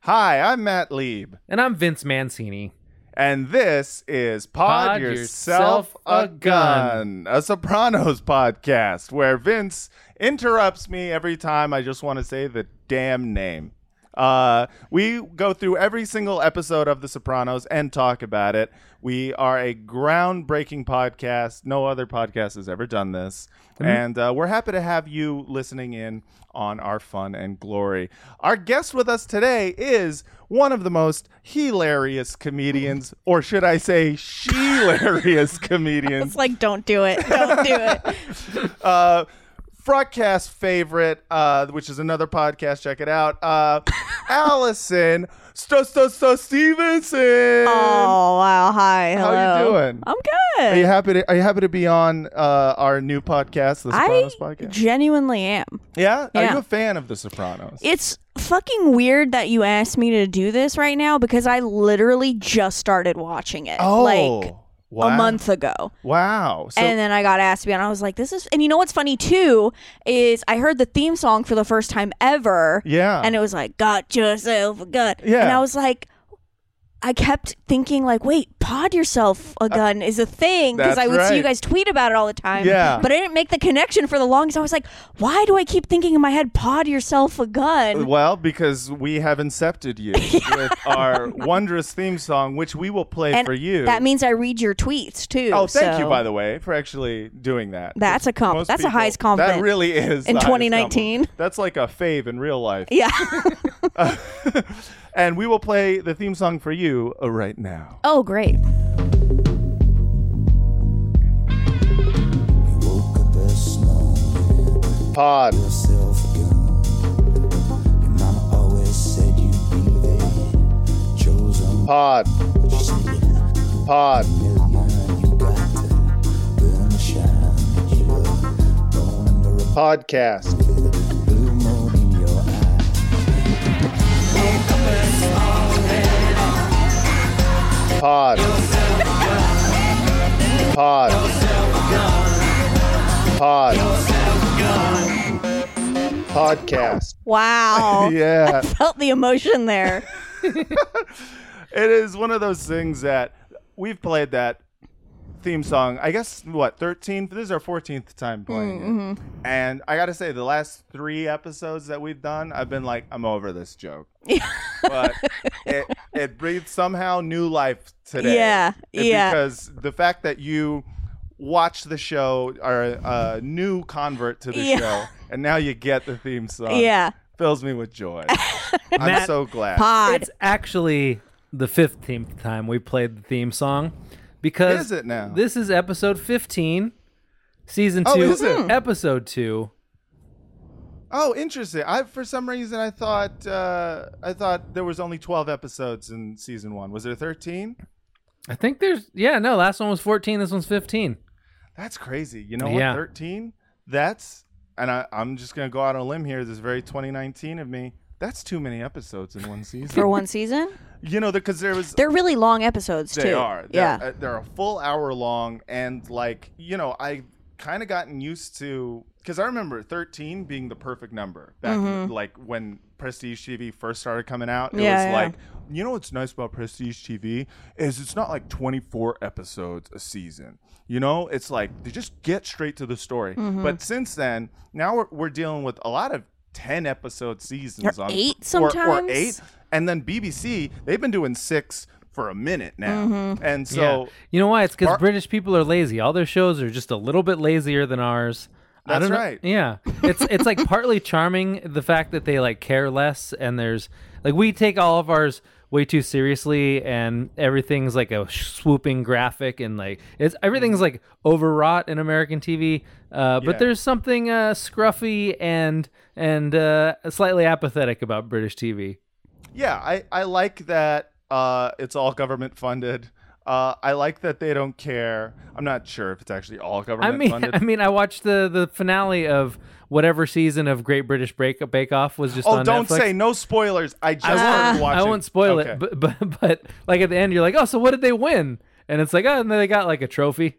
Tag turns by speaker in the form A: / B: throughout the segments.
A: Hi, I'm Matt Lieb,
B: And I'm Vince Mancini.
A: and this is Pod,
B: Pod
A: Yourself, a Gun, a Sopranos podcast where Vince interrupts me every time I just want to say the damn name. Uh, we go through every single episode of The Sopranos and talk about it. We are a groundbreaking podcast. No other podcast has ever done this. And uh, we're happy to have you listening in on our fun and glory. Our guest with us today is one of the most hilarious comedians, or should I say, hilarious comedians
C: It's like, don't do it. Don't do it. Um,
A: uh, Frogcast favorite, uh, which is another podcast. Check it out. Uh, Allison Sto Sto Sto Stevenson.
C: Oh wow! Hi,
A: How
C: hello.
A: you doing?
C: I'm
A: Are you
C: good.
A: happy to Are you happy to be on uh, our new podcast, The
C: I
A: Sopranos podcast?
C: genuinely am.
A: yeah? Are
C: yeah.
A: you a fan of The Sopranos?
C: It's fucking weird that you asked me to do this right now because I literally just started watching it
A: oh,
C: like
A: wow.
C: a month ago.
A: Wow. So,
C: and then I got asked to be on. I was like, "This is." And you know what's funny too is I heard the theme song for the first time ever.
A: yeah.
C: and it was like got yourself a gun
A: Yeah.
C: and i was like i kept thinking like wait pod yourself a gun is a thing because
A: Uh, that's
C: i would see
A: right.
C: you guys tweet about it all the time
A: Yeah.
C: but i didn't make the connection for the longest i was like why do i keep thinking in my head pod yourself a gun
A: well, because we have incepted you with our wondrous theme song, which we will play
C: and
A: for you.
C: that means i read your tweets too
A: Oh, thank you,
C: so-
A: by the way, for actually doing that.
C: That's a comp-
A: Most
C: that's the highest
A: That
C: compliment
A: really is.
C: in
A: the highest
C: 2019.
A: compliment. That's like a fave in real life.
C: yeah
A: and we will play the theme song for you uh, right now.
C: oh great
A: Pod.
D: yourself again. Your mama always said you'd be there. Chosen
A: Pod.
D: but you said you're
A: Pod.
D: not. You got to burn the shine that you were born under a
A: Podcast.
D: blue moon in your eye.
A: Pod. Pod. Pod. Podcast.
C: wow
A: Yeah.
C: felt the emotion there
A: it is one of those things that we've played that theme song. I guess what thirteenth. This is our fourteenth time playing it,
C: Mm-hmm.
A: and I gotta say, the last three episodes that we've done, I've been like, I'm over this joke. but it it breathed somehow new life today.
C: Yeah,
A: It-
C: yeah.
A: Because the fact that you watch the show are a new convert to the
C: Yeah.
A: show, and now you get the theme song.
C: yeah
A: fills me with joy. I'm
B: Matt-
A: so glad.
C: pod
B: It's actually the 15th time we played the theme song because
A: Is it now?
B: This is episode 15, season 2,
A: Oh, is it?
B: episode 2.
A: Oh, interesting. I for some reason I thought uh, I thought there was only twelve episodes in season one. Was there thirteen?
B: I think there's yeah, no, last one was 14, this one's 15.
A: That's crazy. You know
B: Yeah.
A: what? Thirteen. That's and I, I'm just gonna go out on a limb here. This is very 2019 of me. That's too many episodes in one season.
C: for one season.
A: you know, because there was
C: They're really long episodes too.
A: They are. They're,
C: yeah.
A: uh, they're a full hour long, and like you know, I kind of gotten used to because I remember 13 being the perfect number back in- like when Prestige TV first started coming out. It
C: Mm-hmm. Yeah,
A: was
C: yeah.
A: like you know what's nice about Prestige TV is it's not like 24 episodes a season. You know, it's like they just get straight to the story.
C: Mm-hmm.
A: But since then, now we're, we're dealing with a lot of 10 episode seasons on
C: eight
A: or- or
C: sometimes?
A: eight and then BBC, they've been doing six for a minute now,
B: Mm-hmm.
A: and so
B: yeah. you know why? It's because
A: Bar-
B: British people are lazy. All their shows are just a little bit lazier than ours. I
A: That's
B: don't know-
A: right.
B: Yeah, it's it's like partly charming the fact that they like care less and there's like we take all of ours way too seriously and everything's like a swooping graphic and like it's everything's like overwrought in American TV.
A: Yeah.
B: Uh, But there's something uh, scruffy and and uh, slightly apathetic about British TV.
A: yeah, I I like that uh, it's all government funded. Uh, I like that they don't care. I'm not sure if it's actually all
B: I
A: government
B: mean,
A: funded.
B: I mean, I watched the the finale of whatever season of Great British Break Bake Off was just.
A: oh,
B: on
A: don't
B: Netflix.
A: say no spoilers. I just
B: won't-
A: started watching.
B: I won't spoil
A: Okay.
B: it, but, but but like at the end, you're like, oh, so what did they win? And it's like, oh, and then they got like a trophy.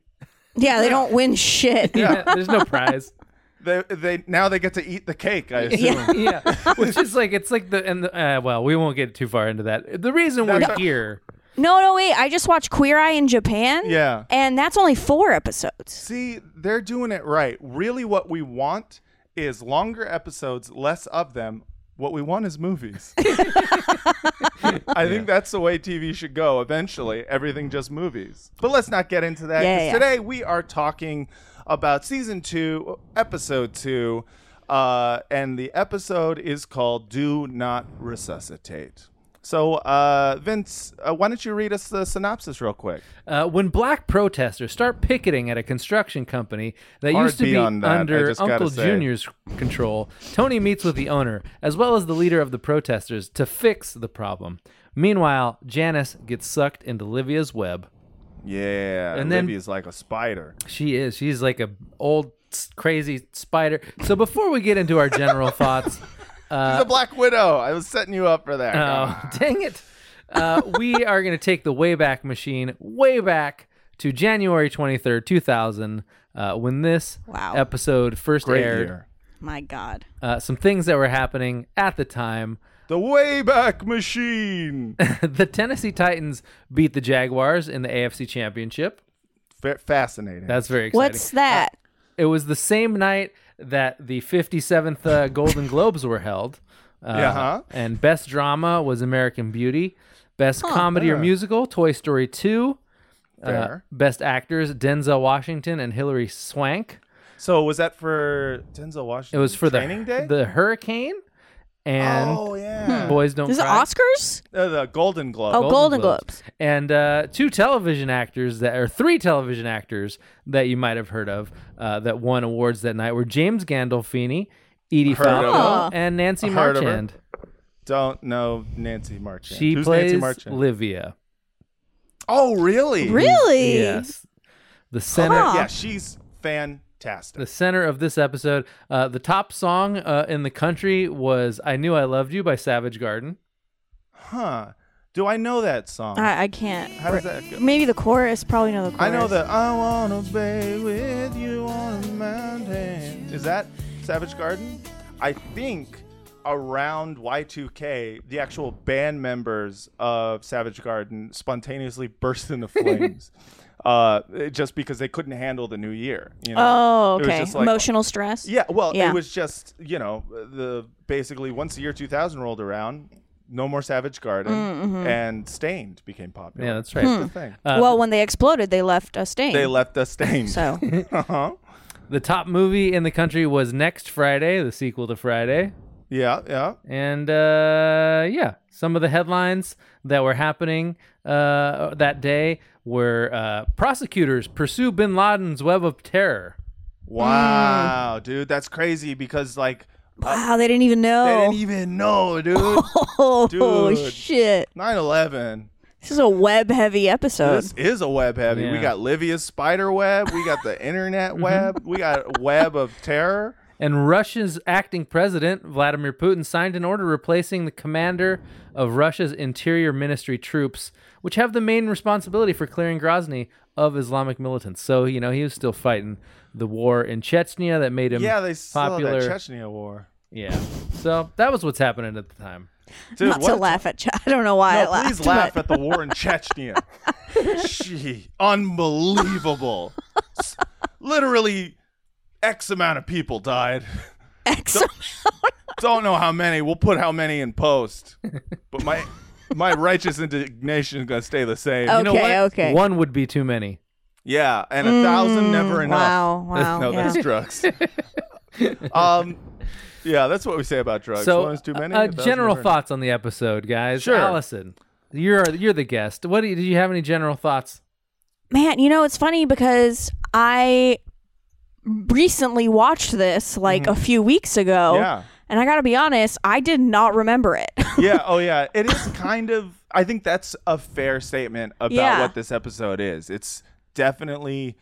C: Yeah, they don't win shit.
B: Yeah, there's no prize.
A: they, they now they get to eat the cake. I assume.
C: Yeah.
B: yeah, which is like it's like the and the, uh, well, we won't get too far into that. The reason we're
A: That's-
B: here,
C: No, no, wait. I just watched Queer Eye in Japan.
A: Yeah.
C: And that's only four episodes.
A: See, they're doing it right. Really, what we want is longer episodes, less of them. What we want is movies. I think that's the way TV should go eventually. Everything just movies. But let's not get into that. 'cause
C: Yeah, yeah.
A: Today we are talking about season two, episode two. Uh, and the episode is called Do Not Resuscitate. So, uh, Vince, uh, why don't you read us the synopsis real quick?
B: uh, when black protesters start picketing at a construction company that
A: Hard
B: used to
A: beat
B: be
A: on that, I
B: under
A: just gotta
B: Uncle
A: say.
B: Junior's control, Tony meets with the owner as well as the leader of the protesters to fix the problem. Meanwhile, Janice gets sucked into Livia's web.
A: Yeah.
B: And then-
A: Libby's like a spider.
B: She is. She's like a old s- crazy spider. So before we get into our general thoughts,
A: She's a black widow. I was setting you up for that.
B: oh dang it, uh, we are going to take the Wayback Machine way back to January twenty third, two thousand, uh, when this
C: Wow.
B: episode first
A: Great
B: aired.
A: year.
C: My God.
B: Uh, some things that were happening at the time.
A: The Wayback Machine.
B: the Tennessee Titans beat the Jaguars in the AFC Championship.
A: F- fascinating.
B: That's very exciting.
C: What's that?
B: It was the same night that the 57th uh, Golden Globes were held. Uh,
A: Yeah, huh?
B: And best drama was American Beauty. Best comedy or
A: Yeah.
B: musical, Toy Story 2. Uh,
A: fair.
B: best actors, Denzel Washington and Hilary Swank.
A: so was that for Denzel
B: It
A: Washington?
B: was for
A: Training
B: the,
A: Day.
B: the Hmm. Hurricane and
A: oh yeah.
B: Boys Don't
C: Is it
B: Cry.
C: Oscars?
A: Uh, the Golden Globe.
C: Oh, Golden Globes.
B: And uh, two television actors that, or three television actors that you might have heard of uh, that won awards that night were James Gandolfini, Edie
A: Heard of
C: Oh.
B: Falco, and Nancy
A: Heard of her.
B: Marchand.
A: Don't know Nancy Marchand.
B: She
A: Who's
B: plays
A: Nancy Marchand?
B: Livia.
A: oh really?
C: Really?
B: Yes, the center.
A: Yeah, she's fantastic.
B: The center of this episode. Uh, the top song uh, in the country was "I Knew I Loved You" by Savage Garden.
A: Huh? Do I know that song?
C: I, I can't.
A: How does that go?
C: Maybe the chorus. Probably know the
A: I
C: chorus.
A: know that I wanna be with you on a mountain. Is that Savage Garden? I think around Y2K, the actual band members of Savage Garden spontaneously burst into flames. Uh, just because they couldn't handle the new year, you know.
C: Oh,
A: It was
C: okay.
A: just like-
C: Emotional stress.
A: Yeah, well,
C: Yeah.
A: it was just you know the basically once the year 2000 rolled around, no more Savage Garden,
C: Mm, mm-hmm.
A: and Stained became popular.
B: Yeah, that's right.
C: Hmm.
A: the thing.
C: well, when they exploded, they left a stain.
A: They left us Stained.
C: So
A: uh-huh.
B: The top movie in the country was Next Friday, the sequel to Friday.
A: Yeah, yeah.
B: And uh, yeah, some of the headlines that were happening uh, that day were uh, prosecutors pursue bin Laden's web of terror.
A: Wow, dude, that's crazy because like
C: wow, they didn't even know.
A: they didn't even know, dude.
C: oh
A: Dude.
C: shit!
A: 9/11.
C: This is a web-heavy episode.
A: This is a web heavy. We
B: Yeah.
A: got Livia's spider web. We got the internet web. We got web of terror.
B: And Russia's acting president, Vladimir Putin, signed an order replacing the commander of Russia's interior ministry troops, which have the main responsibility for clearing Grozny of Islamic militants. So, you know, he was still fighting the war in Chechnya that made him
A: Yeah, they saw
B: popular.
A: that Chechnya war.
B: yeah. So that was what's happening at the time.
A: Dude,
C: Not
A: what
C: to
A: a-
C: laugh at you. I don't know why I
A: No,
C: laughed.
A: please laugh at the war in Chechnya. Gee, unbelievable. S- Literally, X amount of people died.
C: Excellent.
A: Don't know how many. We'll put how many in post. But my my righteous indignation is gonna stay the same.
C: Okay,
B: You know what?
C: okay.
B: One would be too many.
A: Yeah, and a thousand never enough.
C: Mm, Wow, wow.
A: no,
C: yeah.
A: that's drugs. um, yeah, that's what we say about drugs.
B: so,
A: One is too many.
B: uh,
A: thousand
B: general
A: never enough.
B: thoughts on the episode, guys.
A: Sure.
B: Allison, you're you're the guest. What do you, did you have any general thoughts?
C: Man, you know, it's funny because I recently watched this like a few weeks ago.
A: Mm-hmm. Yeah.
C: And I got to be honest, I did not remember it.
A: yeah. Oh, yeah. It is kind of. I think that's a fair statement about
C: Yeah.
A: what this episode is. It's definitely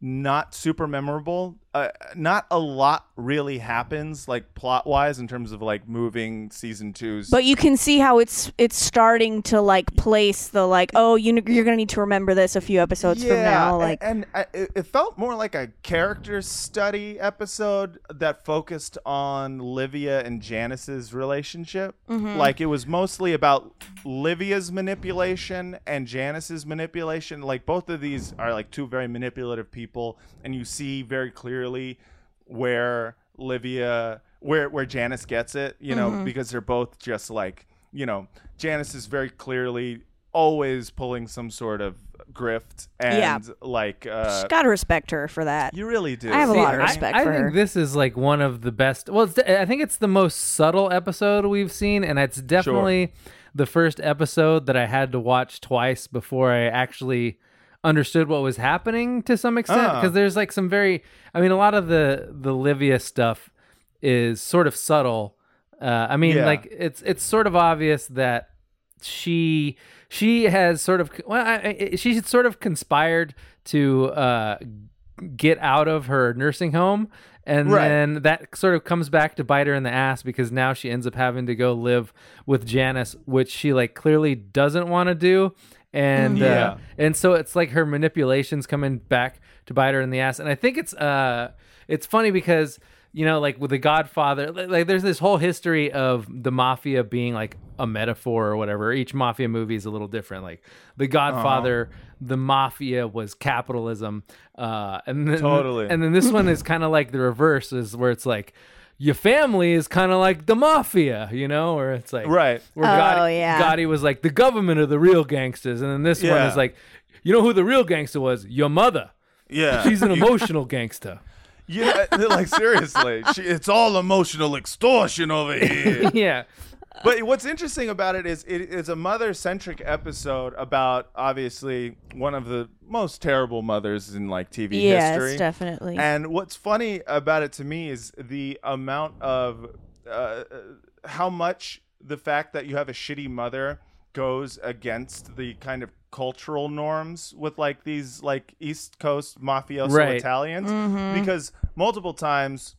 A: not super memorable. Uh, not a lot really happens, like plot wise, in terms of like moving season two's.
C: but you can see how it's it's starting to like place the like, oh, you kn- you're going to need to remember this a few episodes from now
A: a-
C: like
A: and, I, it it felt more like a character study episode that focused on Livia and Janice's relationship. Like it was mostly about Livia's manipulation and Janice's manipulation. Like both of these are like two very manipulative people, and you see very clearly where Livia where where Janice gets it, you know, because they're both just like, you know, Janice is very clearly always pulling some sort of grift and
C: Yeah.
A: like uh
C: just got to respect her for that.
A: you really do.
C: I have a
B: See,
C: lot of
B: I-
C: respect
B: I,
C: for
B: think
C: her.
B: this is like one of the best. Well, it's, de- I think it's the most subtle episode we've seen, and it's definitely the first episode that I had to watch twice before I actually understood what was happening to some extent.
A: Ah.
B: Because there's like some very, I mean, a lot of the the Livia stuff is sort of subtle. Uh, I mean,
A: Yeah.
B: like it's it's sort of obvious that she she has sort of well I, I, she's sort of conspired to uh, get out of her nursing home and
A: Right.
B: then that sort of comes back to bite her in the ass because now she ends up having to go live with Janice which she like clearly doesn't want to do and
A: Yeah.
B: uh, and so it's like her manipulations coming back to bite her in the ass and I think it's uh it's funny because you know like with the Godfather li- like there's this whole history of the mafia being like a metaphor or whatever each mafia movie is a little different like the Godfather
A: Uh-huh.
B: the mafia was capitalism uh and then,
A: Totally.
B: and then this one is kind of like the reverse is where it's like your family is kind of like the mafia, you know, or it's like
A: Right.
B: Where
C: Oh,
B: Gotti,
C: yeah.
B: Gotti was like the government are the real gangsters, and then this one
A: Yeah.
B: is like, you know who the real gangster was? Your mother.
A: yeah.
B: She's an emotional gangster.
A: yeah, like seriously. She, it's all emotional extortion over here.
B: Yeah,
A: but what's interesting about it is it is a mother centric episode about obviously one of the most terrible mothers in like TV
C: Yes,
A: history.
C: definitely.
A: And what's funny about it to me is the amount of uh, how much the fact that you have a shitty mother goes against the kind of cultural norms with like these like East Coast mafioso
B: Right.
A: Italians because multiple times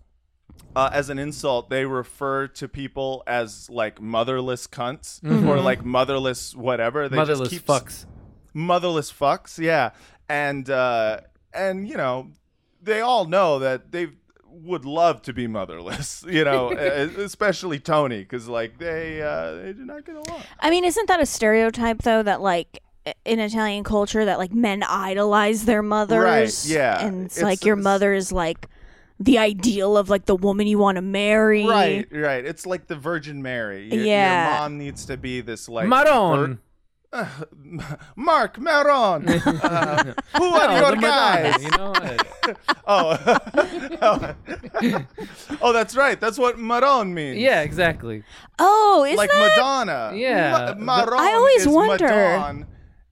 A: uh, as an insult, they refer to people as like motherless cunts or like motherless whatever. They
B: motherless
A: just keep
B: fucks.
A: Motherless fucks, yeah. And uh, and you know, they all know that they would love to be motherless. You know, e- especially Tony, because like they uh, they do not get along.
C: I mean, isn't that a stereotype though that like i- in Italian culture that like men idolize their mothers?
A: yeah.
C: And it's,
A: It's-
C: like your
A: it's-
C: mother is like the ideal of like the woman you want to marry.
A: Right, right. It's like the Virgin Mary. Your-
C: Yeah.
A: Your mom needs to be this like
B: Maron.
A: Mark Maron. Uh, who are
B: Oh,
A: your
B: the
A: guys?
B: Madonna, you know, like,
A: Oh. oh, that's right. That's what Maron means.
B: yeah, exactly.
C: Oh, is
A: like
C: that?
A: Madonna.
B: Yeah.
A: Ma- Maron
C: I always
A: is
C: wonder.
A: Madon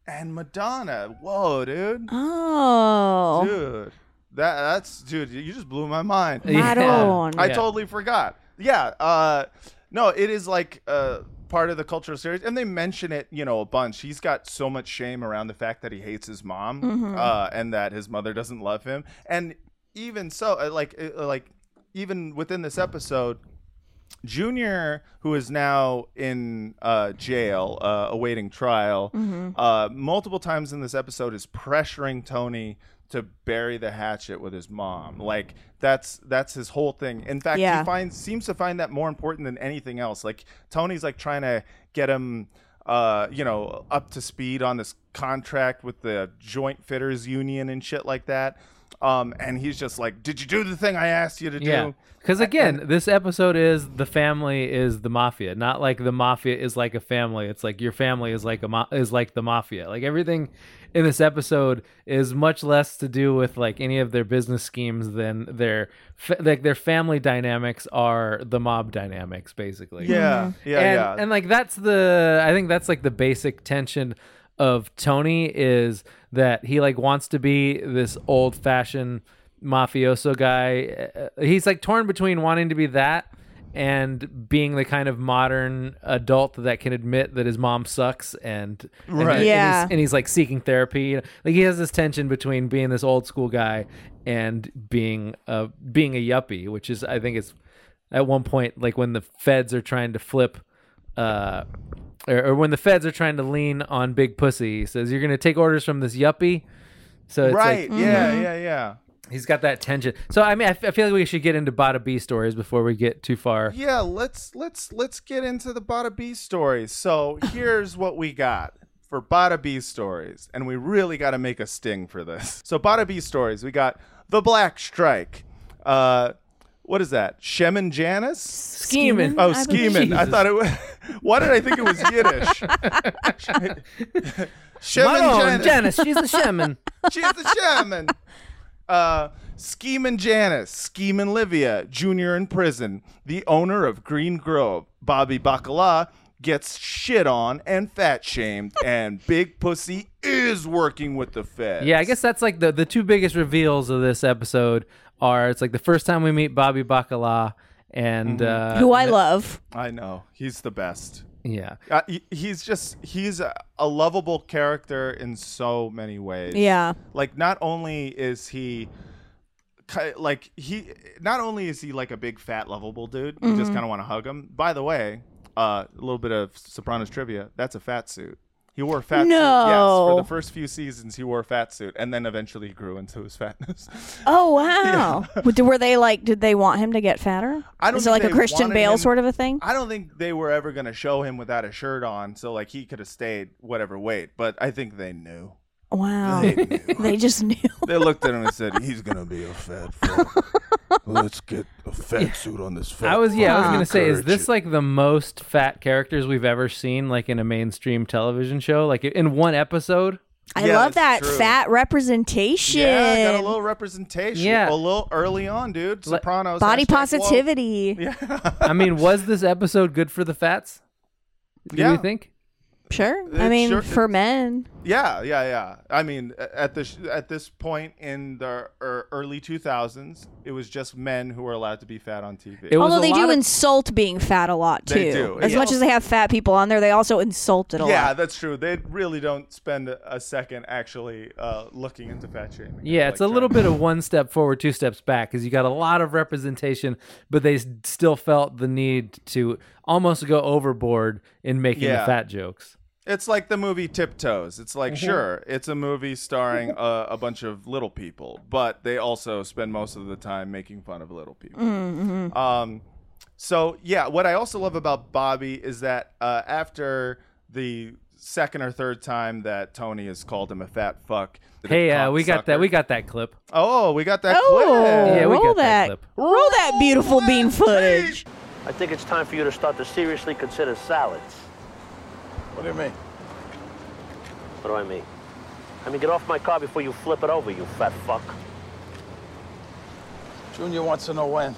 A: and Madonna. Whoa, dude.
C: Oh,
A: Dude. That that's dude, you just blew my mind.
B: Yeah.
C: Maron.
A: I
B: Yeah.
A: totally forgot. Yeah. Uh, no, it is like uh, part of the cultural series, and they mention it, you know, a bunch. He's got so much shame around the fact that he hates his
C: Mm-hmm.
A: mom, uh, and that his mother doesn't love him, and even so, uh, like, uh, like even within this episode, Junior, who is now in uh, jail uh, awaiting trial,
B: Mm-hmm.
A: uh, multiple times in this episode is pressuring Tony to bury the hatchet with his mom. Like that's that's his whole thing. In fact,
C: Yeah.
A: he finds seems to find that more important than anything else. Like Tony's like trying to get him. Uh, you know, up to speed on this contract with the Joint Fitters Union and shit like that. Um, and he's just like, "Did you do the thing I asked you to
B: Yeah.
A: do?"
B: Because again, this episode is the family is the mafia, not like the mafia is like a family. It's like your family is like a ma- is like the mafia. Like everything in this episode is much less to do with like any of their business schemes than their fa- like their family dynamics are the mob dynamics basically.
A: Yeah, yeah,
B: Mm-hmm. and,
A: yeah.
B: and like that's the I think that's like the basic tension of Tony is that he like wants to be this old fashioned mafioso guy. Uh, He's like torn between wanting to be that and being the kind of modern adult that can admit that his mom sucks and, and-
A: Right.
B: and he's-
C: Yeah.
B: and he's like seeking therapy. You know, Like he has this tension between being this old school guy and being a being a yuppie, which is I think it's at one point like when the feds are trying to flip, uh, or, or when the feds are trying to lean on big pussy. He says you're going to take orders from this yuppie. So it's
A: right.
B: like mm-hmm.
A: yeah, yeah, yeah.
B: he's got that tension. So I mean, I, f- I feel like we should get into Bada B stories before we get too far.
A: Yeah, let's let's let's get into the Bada B stories. So here's what we got for Bada B stories, and we really got to make a sting for this. So Bada B stories, we got the Black Strike. Uh, what is that? Shemin Janus?
B: Scheming.
A: Oh,
C: I believe-
A: scheming. I
B: Jesus.
A: thought it was. Why did I think it was Yiddish? Shemin
B: Mano,
A: Janus.
B: Janice, she's the shaman.
A: She's the shaman. Uh, Scheming Janice, Scheming Livia, Junior in prison, the owner of Green Grove, Bobby Bacala, gets shit on and fat shamed, and Big Pussy is working with the Fed.
B: Yeah, I guess that's like the the two biggest reveals of this episode are it's like the first time we meet Bobby Bacala and
A: Mm-hmm.
B: uh
C: who I love.
A: I know. He's the best.
B: yeah.
A: Uh, he- he's just, he's a, a lovable character in so many ways.
C: Yeah.
A: like not only is he ki- like he not only is he like a big fat lovable dude you
C: Mm-hmm.
A: just kind of want to hug him by the way uh, a little bit of sopranos trivia that's a fat suit he wore a fat suit yes for
C: No.
A: the first few seasons he wore a fat suit and then eventually he grew into his fatness
C: Oh wow. But Were they like? Did they want him to get fatter?
A: I don't
C: Is it like
A: think
C: a
A: they
C: Christian
A: wanted
C: Bale
A: him-
C: sort of a thing?
A: I don't think they were ever going to show him without a shirt on so like he could have stayed whatever weight but I think they knew
C: wow.
A: they knew
C: they just knew.
A: they looked at him and said he's going
D: gonna
A: to
D: be a fat fuck. Let's get a fat suit on this fat.
B: I was yeah, I was
D: fuck.
B: gonna say, is
D: Encourage
B: this like the most fat characters we've ever seen, like in a mainstream television show, like in one episode?
C: I
A: Yeah,
C: love that
A: that's true.
C: fat representation.
A: Yeah, got a little representation.
B: Yeah.
A: a little early on, dude.
B: Like-
A: Sopranos.
C: Body
A: hashtag woke.
C: positivity.
B: I mean, was this episode good for the fats? Do
A: Yeah.
B: you think?
C: Sure. I
A: It
C: mean,
A: Uh, sure-
C: for men.
A: Yeah, yeah, yeah. I mean, a- at this at this point in the er, early two thousands, it was just men who were allowed to be fat on TV.
B: It was
C: Although
B: a
C: they
B: lot
C: do
B: of-
C: insult being fat a lot too.
A: They do,
C: As
A: yeah.
C: much as they have fat people on there, they also insult it a
A: yeah,
C: lot.
A: that's true. They really don't spend a, a second actually uh, looking into fat shaming.
B: Yeah, it's a
A: Like,
B: little
A: uh,
B: bit of one step forward, two steps back, because you got a lot of representation, but they s- still felt the need to almost go overboard in making
A: Yeah.
B: the fat jokes.
A: It's like the movie Tiptoes. It's like, sure, it's a movie starring a, a bunch of little people, but they also spend most of the time making fun of little people. Um, so yeah, what I also love about Bobby is that uh, after the second or third time that Tony has called him a fat fuck, the
B: Hey, uh,
A: cock
B: we got that.
A: sucker-
B: We got that clip.
A: Oh, we got that.
C: Oh,
A: clip.
B: Yeah, we
C: roll
B: got that clip.
C: Roll that beautiful bean footage.
E: I think it's time for you to start to seriously consider salads.
D: What do you mean?
E: What do I mean? I mean, get off my car before you flip it over, you fat fuck.
D: Junior wants to know when.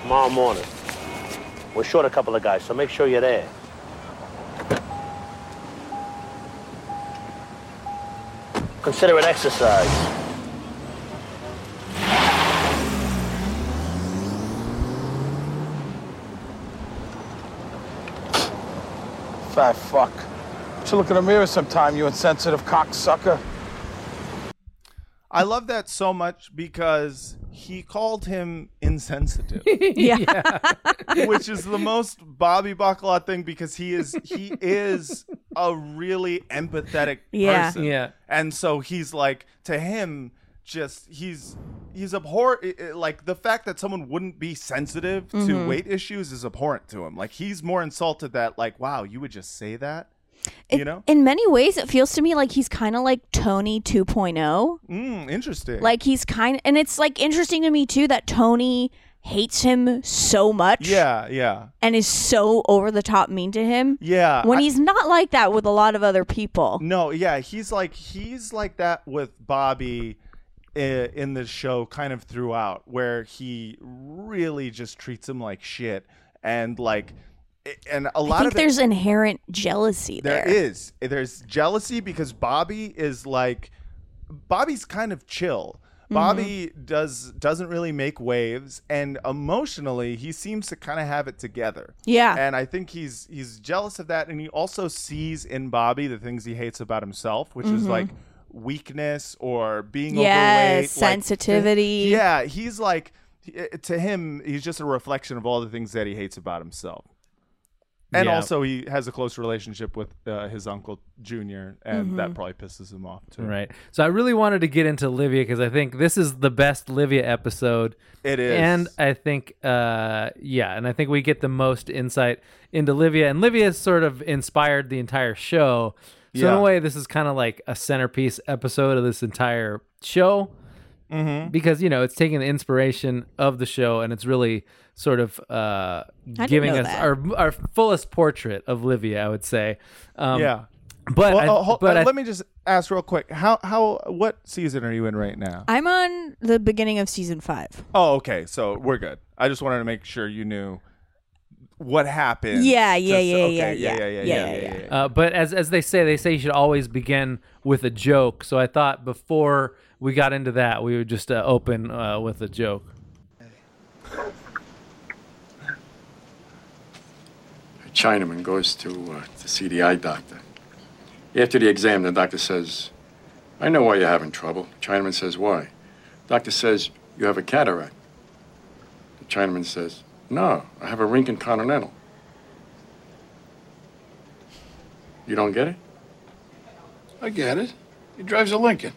E: Tomorrow morning. We're short a couple of guys, so make sure you're there. Consider it exercise.
D: Fat fuck. Don't you look in the mirror sometime, you insensitive cocksucker.
A: I love that so much because he called him insensitive,
C: Yeah.
A: which is the most Bobby Baccarat thing because he is he is a really empathetic
C: Yeah.
A: person.
B: Yeah.
A: And so he's like to him just he's he's abhorrent like the fact that someone wouldn't be sensitive
C: Mm-hmm.
A: to weight issues is abhorrent to him. Like he's more insulted that like wow, you would just say that? you
C: It-
A: know?
C: In many ways, it feels to me like he's kind of like Tony 2.0.
A: Mm, interesting.
C: Like he's kind and it's like interesting to me too that Tony hates him so much
A: yeah, yeah.
C: and is so over the top mean to him.
A: Yeah.
C: When
A: I-
C: he's not like that with a lot of other people.
A: No, yeah, he's like he's like that with Bobby i- in this show kind of throughout where he really just treats him like shit and like i- and a lot
C: I think
A: of it-
C: there's inherent jealousy there.
A: there is there's jealousy because Bobby is like Bobby's kind of chill.
C: Mm-hmm.
A: Bobby does doesn't really make waves and emotionally he seems to kind of have it together.
C: Yeah.
A: And I think he's he's jealous of that and he also sees in Bobby the things he hates about himself, which
C: Mm-hmm.
A: is like weakness or being
C: Yes,
A: overweight, like-
C: sensitivity.
A: yeah, he's like eh, to him he's just a reflection of all the things that he hates about himself and
B: Yeah.
A: also he has a close relationship with uh, his uncle Junior, and that probably pisses him off too.
B: Right. So I really wanted to get into Livia because I think this is the best Livia episode.
A: It is.
B: And I think, uh, yeah, and I think we get the most insight into Livia. And Livia sort of inspired the entire show. So in
A: Yeah.
B: a way, this is kind of like a centerpiece episode of this entire show
A: Mm-hmm.
B: because you know it's taking the inspiration of the show and it's really sort of uh,
C: didn't
B: giving
C: know
B: us
C: that.
B: our our fullest portrait of Livia. I would say. Um,
A: yeah.
B: But
A: Well,
B: I-
A: oh, hold-
B: but
A: uh,
B: I-
A: let me just ask real quick. How how what season are you in right now?
C: I'm on the beginning of season five.
A: oh, okay. So we're good. I just wanted to make sure you knew what happened.
C: Yeah, yeah,
A: Just-
C: yeah,
A: okay,
C: yeah,
A: yeah,
C: yeah,
A: yeah, yeah,
C: yeah,
A: yeah,
C: yeah,
A: yeah, yeah.
B: Uh, but as as they say, they say you should always begin with a joke. So I thought before we got into that, we would just uh, open uh, with a joke.
F: A Chinaman goes to, uh, to see the eye doctor. After the exam, the doctor says, I know why you're having trouble. Chinaman says, Why? Doctor says, You have a cataract. The Chinaman says, No, I have a Rincon Continental. You don't get it? I get it. He drives a Lincoln.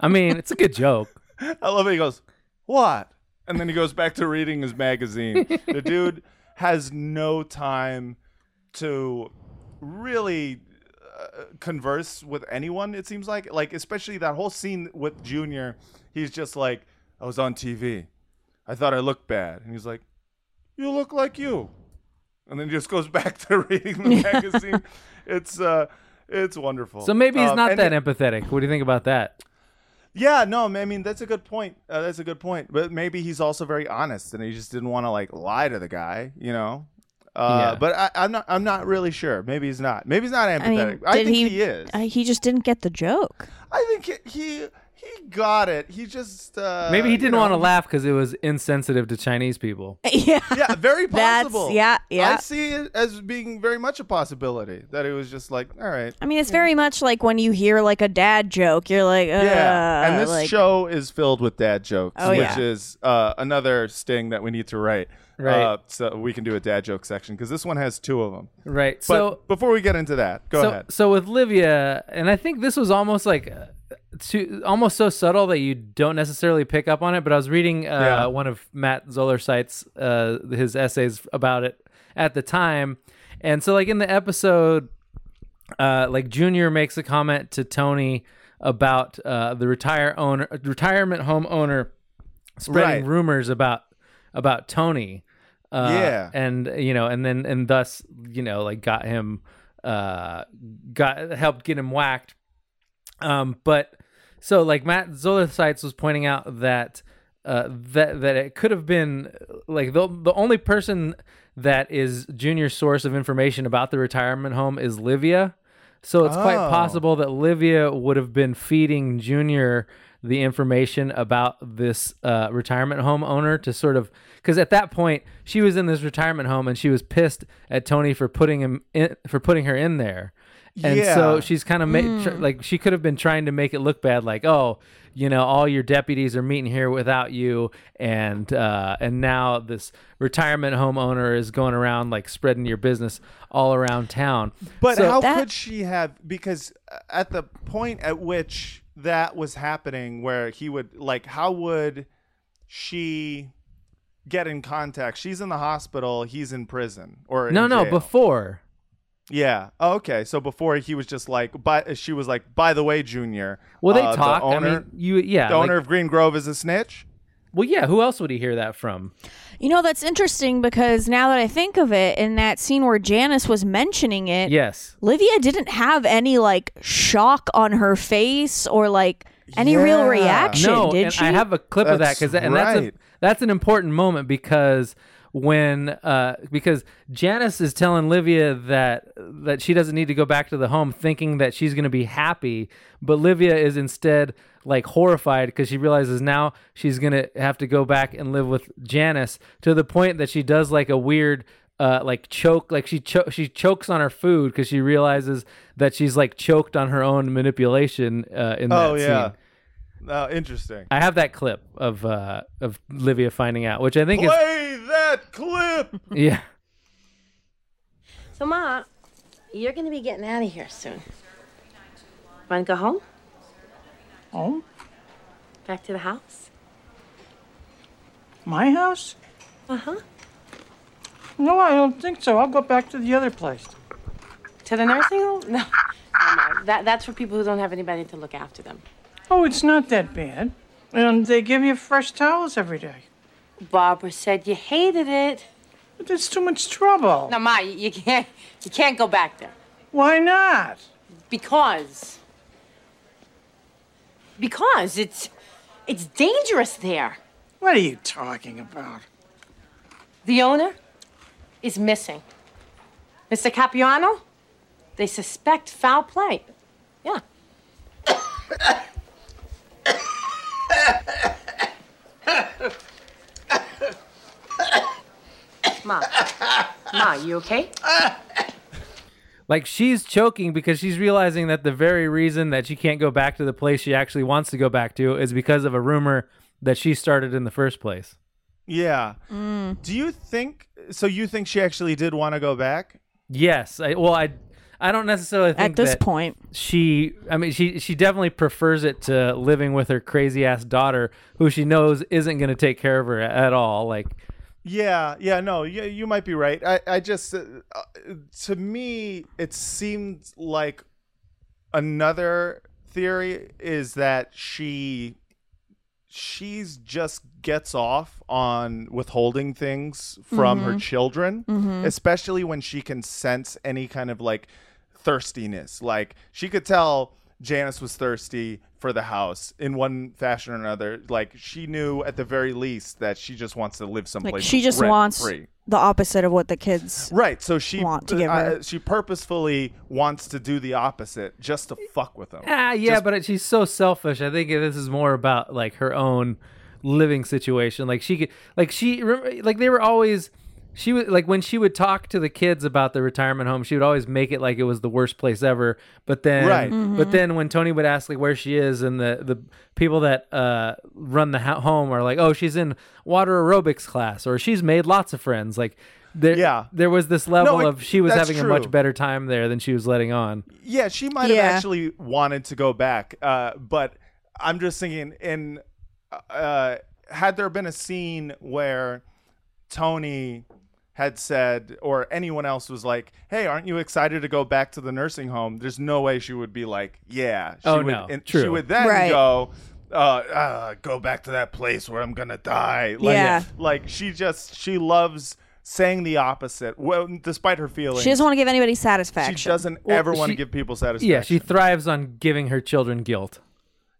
B: I mean, it's a good joke.
A: I love it. He goes, What? And then he goes back to reading his magazine. the dude has no time to really uh, converse with anyone, it seems like. Like, especially that whole scene with Junior. He's just like, I was on TV. I thought I looked bad. And he's like, You look like you. And then he just goes back to reading the magazine. it's, uh, it's wonderful.
B: So maybe he's
A: Um,
B: not
A: and
B: that
A: it-
B: empathetic. What do you think about that?
A: yeah, no, I mean that's a good point. Uh, that's a good point. But maybe he's also very honest, and he just didn't want to like lie to the guy, you know. Uh,
B: Yeah.
A: But I, I'm not. I'm not really sure. Maybe he's not. Maybe he's not
C: I mean,
A: empathetic.
C: did
A: I, think he,
C: he,
A: is.
C: uh,
A: I,
C: he just didn't get the joke.
A: think he, he he got it. He just uh,
B: Maybe he
A: you
B: didn't want to
A: know.
B: laugh because it was insensitive to Chinese people.
C: yeah.
A: Yeah, very
C: That's-
A: possible.
C: yeah, yeah.
A: I see it as being very much a possibility that it was just like, all right,
C: I mean, it's very much like when you hear like a dad joke, you're like, Ugh,
A: Yeah, and this
C: Uh, like,
A: show is filled with dad jokes,
C: Oh,
A: which
C: yeah.
A: is uh, another sting that we need to write.
B: Right.
A: Uh, so we can do a dad joke section because this one has two of them.
B: Right.
A: But
B: so
A: before we get into that, go
B: so,
A: ahead.
B: So with Livia, and I think this was almost like uh, too, almost so subtle that you don't necessarily pick up on it. But I was reading uh,
A: Yeah.
B: one of Matt Zoller sites uh, his essays about it at the time, and so like in the episode, uh, like Junior makes a comment to Tony about uh, the retire owner retirement home owner spreading
A: Right.
B: rumors about about Tony. Uh,
A: Yeah.
B: and you know, and then and thus you know, like got him, uh, got helped get him whacked. Um, but so like Matt Zoller sites was pointing out that uh, that that it could have been like the the only person that is junior source of information about the retirement home is Livia. So it's quite
A: Oh.
B: possible that Livia would have been feeding Junior the information about this uh, retirement home owner to sort of because at that point she was in this retirement home and she was pissed at Tony for putting him in, for putting her in there. And
A: Yeah.
B: so she's kind of ma- tr- like she could have been trying to make it look bad, like oh, you know, all your deputies are meeting here without you, and uh, and now this retirement home owner is going around like spreading your business all around town.
A: But
B: So-
A: how
C: That-
A: could she have? Because uh, at the point at which that was happening, where he would like, how would she get in contact? She's in the hospital. He's in prison. Or in
B: no, no,
A: jail.
B: before
A: Yeah. Oh, okay. So before he was just like, but she was like, by the way, Junior.
B: well, they
A: uh, the
B: talk.
A: owner,
B: I mean, you yeah,
A: the
B: like-
A: owner of Green Grove is a snitch.
B: well, yeah. Who else would he hear that from?
C: You know, that's interesting because now that I think of it, in that scene where Janice was mentioning it,
B: Yes.
C: Livia didn't have any like shock on her face or like any
A: Yeah.
C: real reaction,
B: No,
C: did
B: and
C: she?
B: I have a clip of that
A: That's
B: because and that's
A: right.
B: a, that's an important moment because when uh because Janice is telling Livia that that she doesn't need to go back to the home thinking that she's going to be happy but Livia is instead like horrified because she realizes now she's going to have to go back and live with Janice to the point that she does like a weird uh, like choke, like she cho- she chokes on her food because she realizes that she's like choked on her own manipulation uh, in that
A: Oh
B: scene.
A: yeah. Oh, interesting.
B: I have that clip of uh of Livia finding out, which I think is
A: Play that clip.
B: yeah.
G: So, Ma, you're going to be getting out of here soon. Want to go home? Home? Back to the house?
H: My house?
G: Uh huh.
H: No, I don't think so. I'll go back to the other place.
G: To the nursing home? No. No, no. That, that's for people who don't have anybody to look after them.
H: Oh, it's not that bad. And they give you fresh towels every day.
G: Barbara said you hated it.
H: But there's too much trouble.
G: No, Ma, you, you can't. You can't go back there
H: Why not?
G: because because it's it's dangerous there.
H: What are you talking about?
G: The owner is missing. Mr. Capiano, they suspect foul play. Yeah. Ma, Ma, Ah, you okay?
B: Like she's choking because she's realizing that the very reason that she can't go back to the place she actually wants to go back to is because of a rumor that she started in the first place.
A: Yeah. Do you think? So you think she actually did want to go back?
B: Yes. I well I I don't necessarily think
C: At this
B: that
C: point,
B: she I mean she she definitely prefers it to living with her crazy ass daughter who she knows isn't going to take care of her at all. Like
A: Yeah, yeah, no, you, you might be right. I, I just, uh, uh, to me, it seemed like another theory is that she, she's just gets off on withholding things from
C: Mm-hmm.
A: her children, especially when she can sense any kind of like thirstiness. Like she could tell Janice was thirsty for the house in one fashion or another. Like she knew at the very least that she just wants to live someplace.
C: like she just
A: rent
C: wants
A: free.
C: the opposite of what the kids.
A: Right, so she uh,
C: want to give her.
A: she purposefully wants to do the opposite just to fuck with him.
B: Ah, yeah, but it- she's so selfish. I think this is more about like her own living situation. Like she could, like she, remember, like they were always. She would like when she would talk to the kids about the retirement home. She would always make it like it was the worst place ever. But then,
A: Right.
B: but then when Tony would ask like where she is, and the the people that uh, run the ho- home are like, oh, she's in water aerobics class, or she's made lots of friends. Like there,
A: Yeah.
B: there was this level
A: it-
B: of she was
A: that's
B: having a much
A: true.
B: better time there than she was letting on.
A: Yeah, she might
C: Yeah.
A: have actually wanted to go back, uh, but I'm just thinking in uh, had there been a scene where Tony had said or anyone else was like, "Hey, aren't you excited to go back to the nursing home?" There's no way she would be like, "Yeah." She
B: Oh,
A: would,
B: no.
A: And She
B: True.
A: would then
C: Right.
A: go. Uh, uh, go back to that place where I'm gonna die. Like,
C: Yeah.
A: like she just she loves saying the opposite. Well, despite her feelings,
C: She doesn't want to give anybody
A: she
C: satisfaction.
A: doesn't uh, ever want to
B: she-
A: give people satisfaction.
B: Yeah, she thrives on giving her children guilt.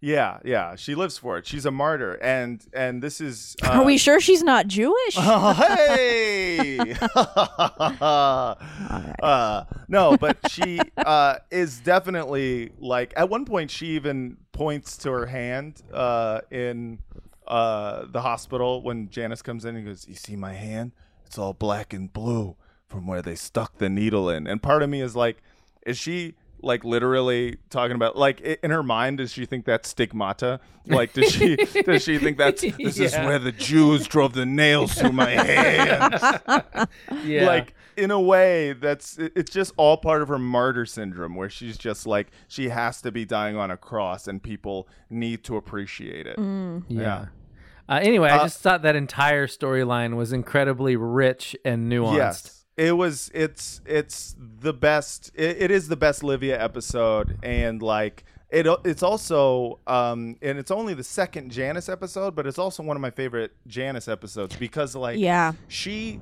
A: Yeah, yeah, she lives for it. She's a martyr, and and this is. Uh,
C: Are we sure she's not Jewish?
A: Uh-huh. hey! uh, no, but she uh, is definitely like. At one point, she even points to her hand uh, in uh, the hospital when Janice comes in and goes, "You see my hand? It's all black and blue from where they stuck the needle in." And part of me is like, is she like literally talking about like i- in her mind does she think that's stigmata like does she does she think that's this is
I: Yeah.
A: where the jews drove the nails through my hands
I: Yeah.
A: like in a way that's it- it's just all part of her martyr syndrome where she's just like she has to be dying on a cross and people need to appreciate it
B: Mm.
A: yeah,
B: Yeah. Uh, anyway, I just thought that entire storyline was incredibly rich and nuanced.
A: Yes, it was. It's it's the best. It, it is the best Livia episode, and like it. It's also um, and it's only the second Janice episode, but it's also one of my favorite Janice episodes because like
C: Yeah.
A: she,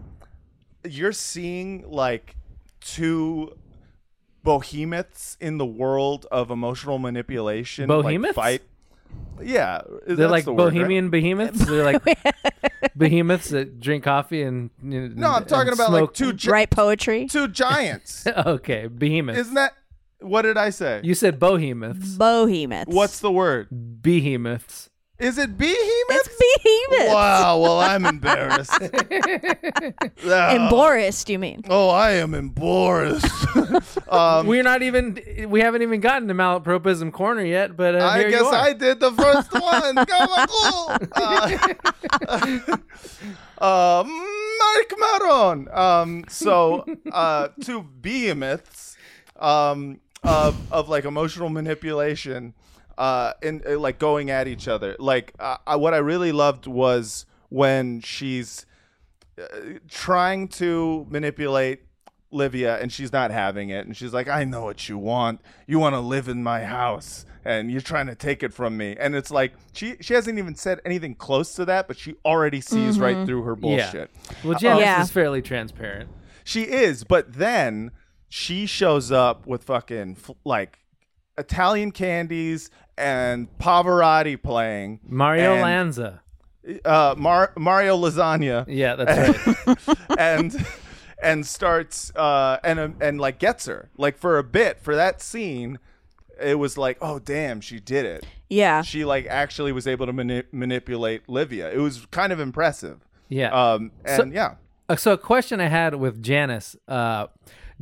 A: you're seeing like two behemoths in the world of emotional manipulation. like,
B: Behemoths?
A: fight. Yeah,
B: They're
A: that's
B: like
A: the word, right?
B: bohemian behemoths. They're like behemoths that drink coffee and you know,
A: No, I'm
B: and
A: talking about like
B: smoke.
A: two gi-
C: Write poetry.
A: Two giants.
B: okay, behemoths.
A: Isn't that what did I say?
B: you said bohemoths.
C: Bohemoth.
A: What's the word?
B: Behemoths.
A: Is it behemoth?
C: Behemoth.
A: Wow. Well, I'm embarrassed.
C: And
A: Ah,
C: Boris, do you mean?
A: oh, I am embarrassed. um,
B: We're not even. We haven't even gotten to malapropism corner yet, but uh,
A: I
B: here
A: guess
B: you are.
A: I did the first one. Go, go. Uh, uh, Mark Maron. Um, so uh, two behemoths um, of of like emotional manipulation uh, and uh, like going at each other. Like uh, I, what I really loved was when she's trying to manipulate Livia and she's not having it. And she's like, I know what you want. You want to live in my house and you're trying to take it from me. And it's like, she, she hasn't even said anything close to that, but she already sees right through her bullshit.
B: Mm-hmm. Yeah. Well, Janice
C: Yeah.
B: is fairly transparent.
A: She is, but then she shows up with fucking f- like Italian candies and Pavarotti playing.
B: Mario
A: and,
B: Lanza.
A: Uh, Mar- Mario Lasagna.
B: Yeah, that's right.
A: and and starts uh and um, and like gets her like for a bit for that scene it was like oh damn she did it
C: Yeah.
A: she like actually was able to mani- manipulate livia it was kind of impressive
B: Yeah.
A: um and
B: So-
A: yeah
B: Uh, So, a question I had with Janice. Uh,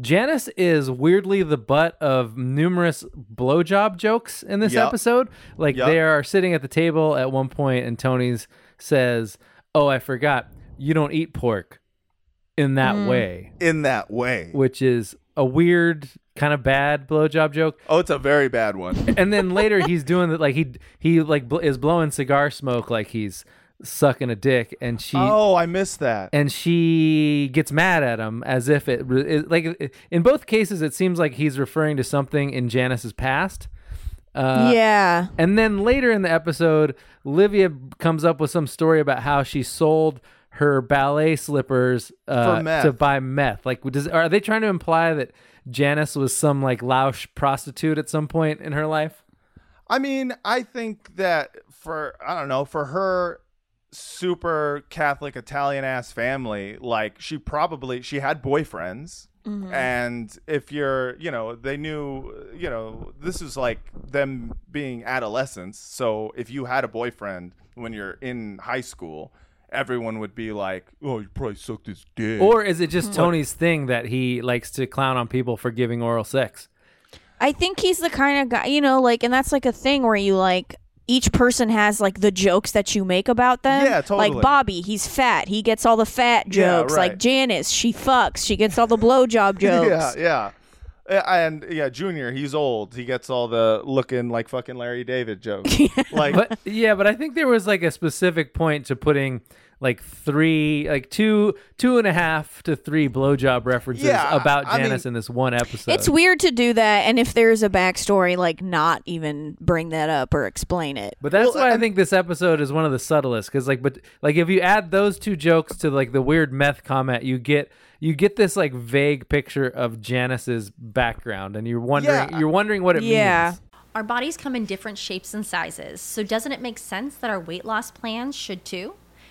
B: Janice is weirdly the butt of numerous blowjob jokes in this
A: Yeah.
B: episode. Like
A: Yeah.
B: they are sitting at the table at one point, and Tony's says, "Oh, I forgot you don't eat pork in that way,"
A: in that way
B: which is a weird kind of bad blowjob joke.
A: oh it's a very bad one
B: And then later he's doing that, like he he like bl- is blowing cigar smoke, like he's sucking a dick, and she
A: oh i missed that
B: and she gets mad at him as if it, re- it like it- in both cases it seems like he's referring to something in Janice's past. Uh,
C: yeah.
B: And then later in the episode, Livia comes up with some story about how she sold her ballet slippers uh,
A: For meth.
B: to buy meth. Like, does, are they trying to imply that Janice was some like louche prostitute at some point in her life?
A: I mean, I think that for I don't know, for her super Catholic Italian ass family, like she probably she had boyfriends.
B: Mm-hmm.
A: And if you're, you know, they knew, you know, this is like them being adolescents. So if you had a boyfriend when you're in high school, everyone would be like, "Oh, you probably sucked his dick."
B: Or is it just Tony's thing that he likes to clown on people for giving oral sex?
C: I think he's the kind of guy, you know, like, and that's like a thing where you like each person has like the jokes that you make about them.
A: Yeah, totally.
C: Like Bobby, he's fat. He gets all the fat
A: Yeah,
C: jokes.
A: right.
C: Like Janice, she fucks. She gets all the blowjob jokes.
A: Yeah, yeah. Uh, And yeah, Junior, he's old. He gets all the looking like fucking Larry David jokes. like
B: but yeah, but I think there was like a specific point to putting like three, like two, two and a half to three blowjob references
A: Yeah,
B: about
A: I
B: Janice in this one episode.
C: It's weird to do that, and if there's a backstory, like not even bring that up or explain it.
B: But that's
A: Well,
B: why I,
C: um,
A: and-
B: think this episode is one of the subtlest because, like, but like if you add those two jokes to like the weird meth comment, you get you get this like vague picture of Janice's background, and you're wondering
A: Yeah.
B: you're wondering what it
C: Yeah.
B: means.
J: Our bodies come in different shapes and sizes, so doesn't it make sense that our weight loss plans should too?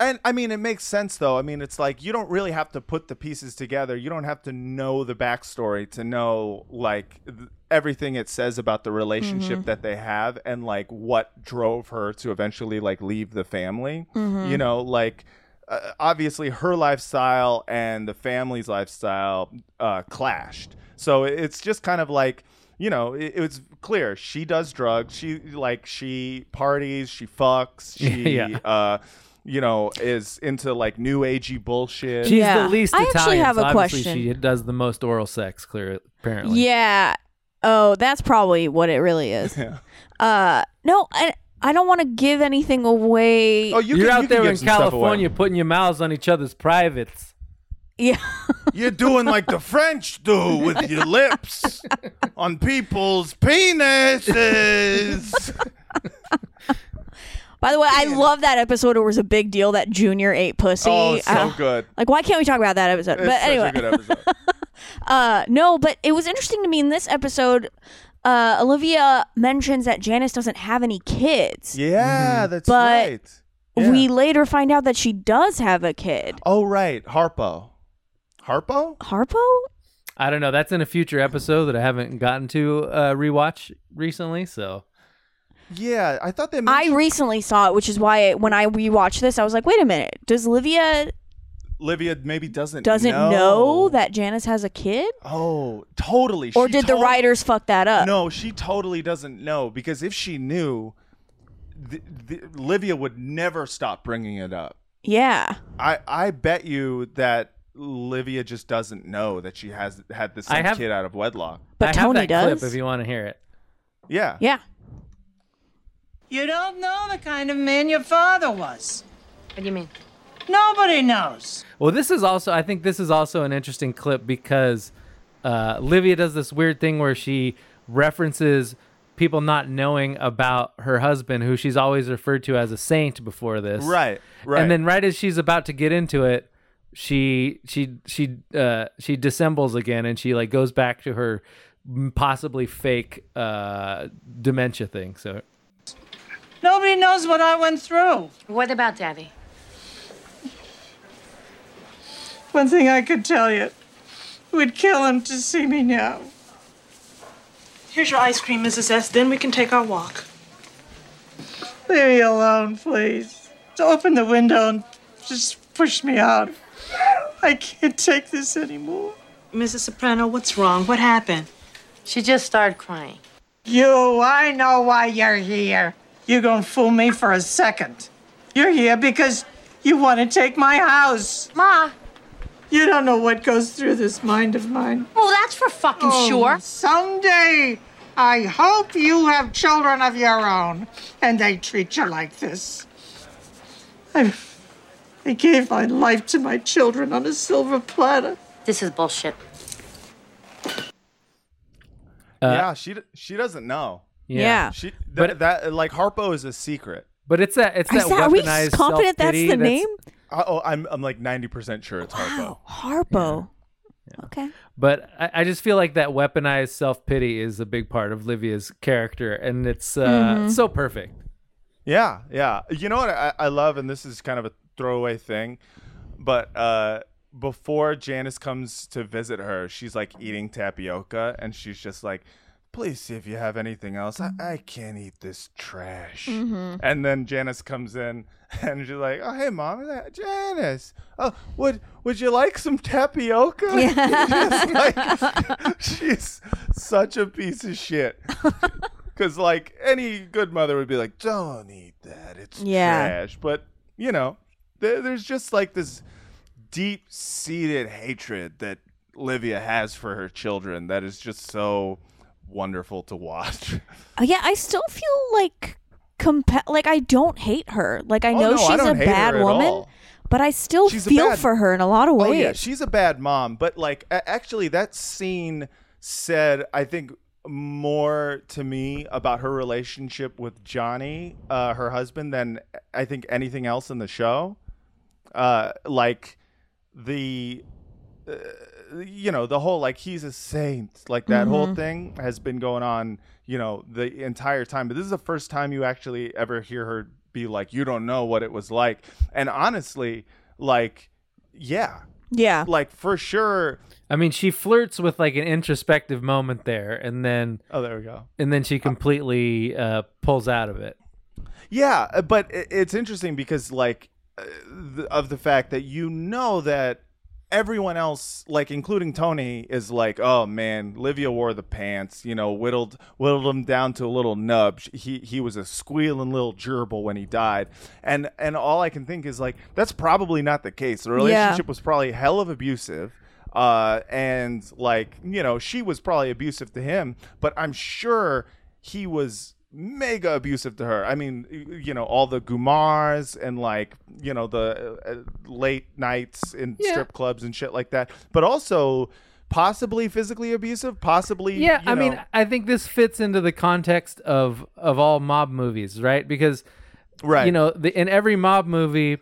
A: And I mean, it makes sense though. I mean, it's like you don't really have to put the pieces together. You don't have to know the backstory to know like th- everything it says about the relationship
I: Mhm.
A: that they have and like what drove her to eventually like leave the family.
I: Mhm.
A: You know, like uh, obviously her lifestyle and the family's lifestyle uh, clashed. So it's just kind of like you know, it, it was clear she does drugs. She like she parties. She fucks. She
B: Yeah.
A: uh, you know, is into like new agey bullshit.
B: She's the least
C: I actually
B: Italian.
C: have
B: so
C: a
B: obviously
C: question.
B: She does the most oral sex, clear apparently.
C: Yeah. Oh, that's probably what it really is. Uh, no, I, I don't want to give anything away.
A: Oh,
B: You are out there in California putting your mouths on each other's privates.
C: Yeah.
A: You're doing like the French do with your lips on people's penises.
C: By the way, I love that episode where it was a big deal that Junior ate pussy.
A: Oh, it's so
C: Ah.
A: good.
C: Like, why can't we talk about that episode?
A: It's
C: but
A: such a
C: anyway,
A: good episode.
C: uh, no, but it was interesting to me in this episode. Uh, Olivia mentions that Janice doesn't have any kids.
A: Yeah, that's
C: Mm-hmm. But
A: right. Yeah.
C: We later find out that she does have a kid.
A: Oh, right. Harpo. Harpo?
C: Harpo?
B: I don't know. That's in a future episode that I haven't gotten to uh, rewatch recently. So
A: Yeah, I thought they.
C: I recently saw it, which is why when I rewatched this, I was like, "Wait a minute, does Olivia
A: Livia maybe doesn't
C: doesn't
A: know.
C: know that Janice has a kid,
A: Oh, totally.
C: or
A: She
C: did the
A: tot-
C: writers fuck that up?"
A: No, she totally doesn't know because if she knew, th- th- Livia would never stop bringing it up.
C: Yeah.
A: I I bet you that Livia just doesn't know that she has had this
B: I have-
A: kid out of wedlock.
B: I have that clip if you want to hear it.
A: Yeah.
C: Yeah.
H: You don't know the kind of man your father was. What do you mean? Nobody knows.
B: Well, this is also I think this is also an interesting clip because uh, Livia does this weird thing where she references people not knowing about her husband, who she's always referred to as a saint before this.
A: Right, right.
B: And then right as she's about to get into it, she she she uh, she dissembles again and she like goes back to her possibly fake uh, dementia thing. So
H: Nobody knows what I went through. What about Daddy? One thing I could tell you would kill him to see me now. Here's your ice cream, Mrs. S. Then we can take our walk. Leave me alone, please. Just Open the window and just push me out. I can't take this anymore. Mrs. Soprano, what's wrong? What happened? She just started crying. You, I know why you're here. You gonna fool me for a second. You're here because you want to take my house. Ma. You don't know what goes through this mind of mine.
K: Well, that's for fucking
H: Oh,
K: sure.
H: Someday, I hope you have children of your own and they treat you like this. I, I gave my life to my children on a silver platter. This is bullshit.
A: yeah, she d- she doesn't know.
B: Yeah. uh, Yeah.
A: She but that like Harpo is a secret.
B: But it's that it's that,
C: Is that- are we
B: weaponized
C: confident that's
B: self-pity
C: the name?
A: Uh, oh, I'm I'm like 90% sure it's Harpo.
C: Harpo. Okay.
B: But I, I just feel like that weaponized self pity is a big part of Livia's character, and it's uh,
C: Mm-hmm.
A: Mhm.
B: so perfect.
A: Yeah, yeah. You know what I, I love, and this is kind of a throwaway thing, but uh, before Janice comes to visit her, she's like eating tapioca, and she's just like, please see if you have anything else. I, I can't eat this trash.
D: Mhm.
A: And then Janice comes in and she's like, oh, hey, mom, is that- Janice, oh, would would you like some tapioca? Just like- she's such a piece of shit. Because, like, any good mother would be like, don't eat that. It's
D: Yeah.
A: trash. But, you know, there, there's just like this deep seated hatred that Livia has for her children that is just so wonderful to watch.
C: Uh, yeah, I still feel like compa- like I don't hate her. Like I
A: Oh,
C: know
A: no, I
C: she's a
A: don't hate her
C: bad
A: at
C: woman,
A: all.
C: but I still
A: She's a
C: feel
A: bad-
C: for her in a lot of ways.
A: Oh yeah, she's a bad mom, but like a- actually that scene said I think more to me about her relationship with Johnny, uh, her husband, than I think anything else in the show. Uh, like the uh, you know the whole like he's a saint like that whole
C: Mm-hmm.
D: Mhm.
A: thing has been going on you know the entire time but this is the first time you actually ever hear her be like you don't know what it was like and honestly like yeah
C: yeah
A: like for sure
B: I mean, she flirts with like an introspective moment there, and then
A: oh, there we go,
B: and then she completely uh, pulls out of it.
A: Yeah, uh, but i- it's interesting because like uh, th- of the fact that you know that everyone else, like including Tony, is like, oh man, Livia wore the pants, you know, whittled whittled him down to a little nub. Sh- He he was a squealing little gerbil when he died, and and all I can think is like that's probably not the case. The relationship was probably hell of abusive. Uh, and like you know, she was probably abusive to him, but I'm sure he was mega abusive to her. I mean, y- you know, all the Gumars and like, you know, the uh, uh, late nights in
B: Yeah.
A: strip clubs and shit like that. But also possibly physically abusive, possibly
B: Yeah,
A: you
B: I mean,
A: know-
B: I think this fits into the context of of all mob movies, right? Because,
A: right,
B: you know, the, in every mob movie,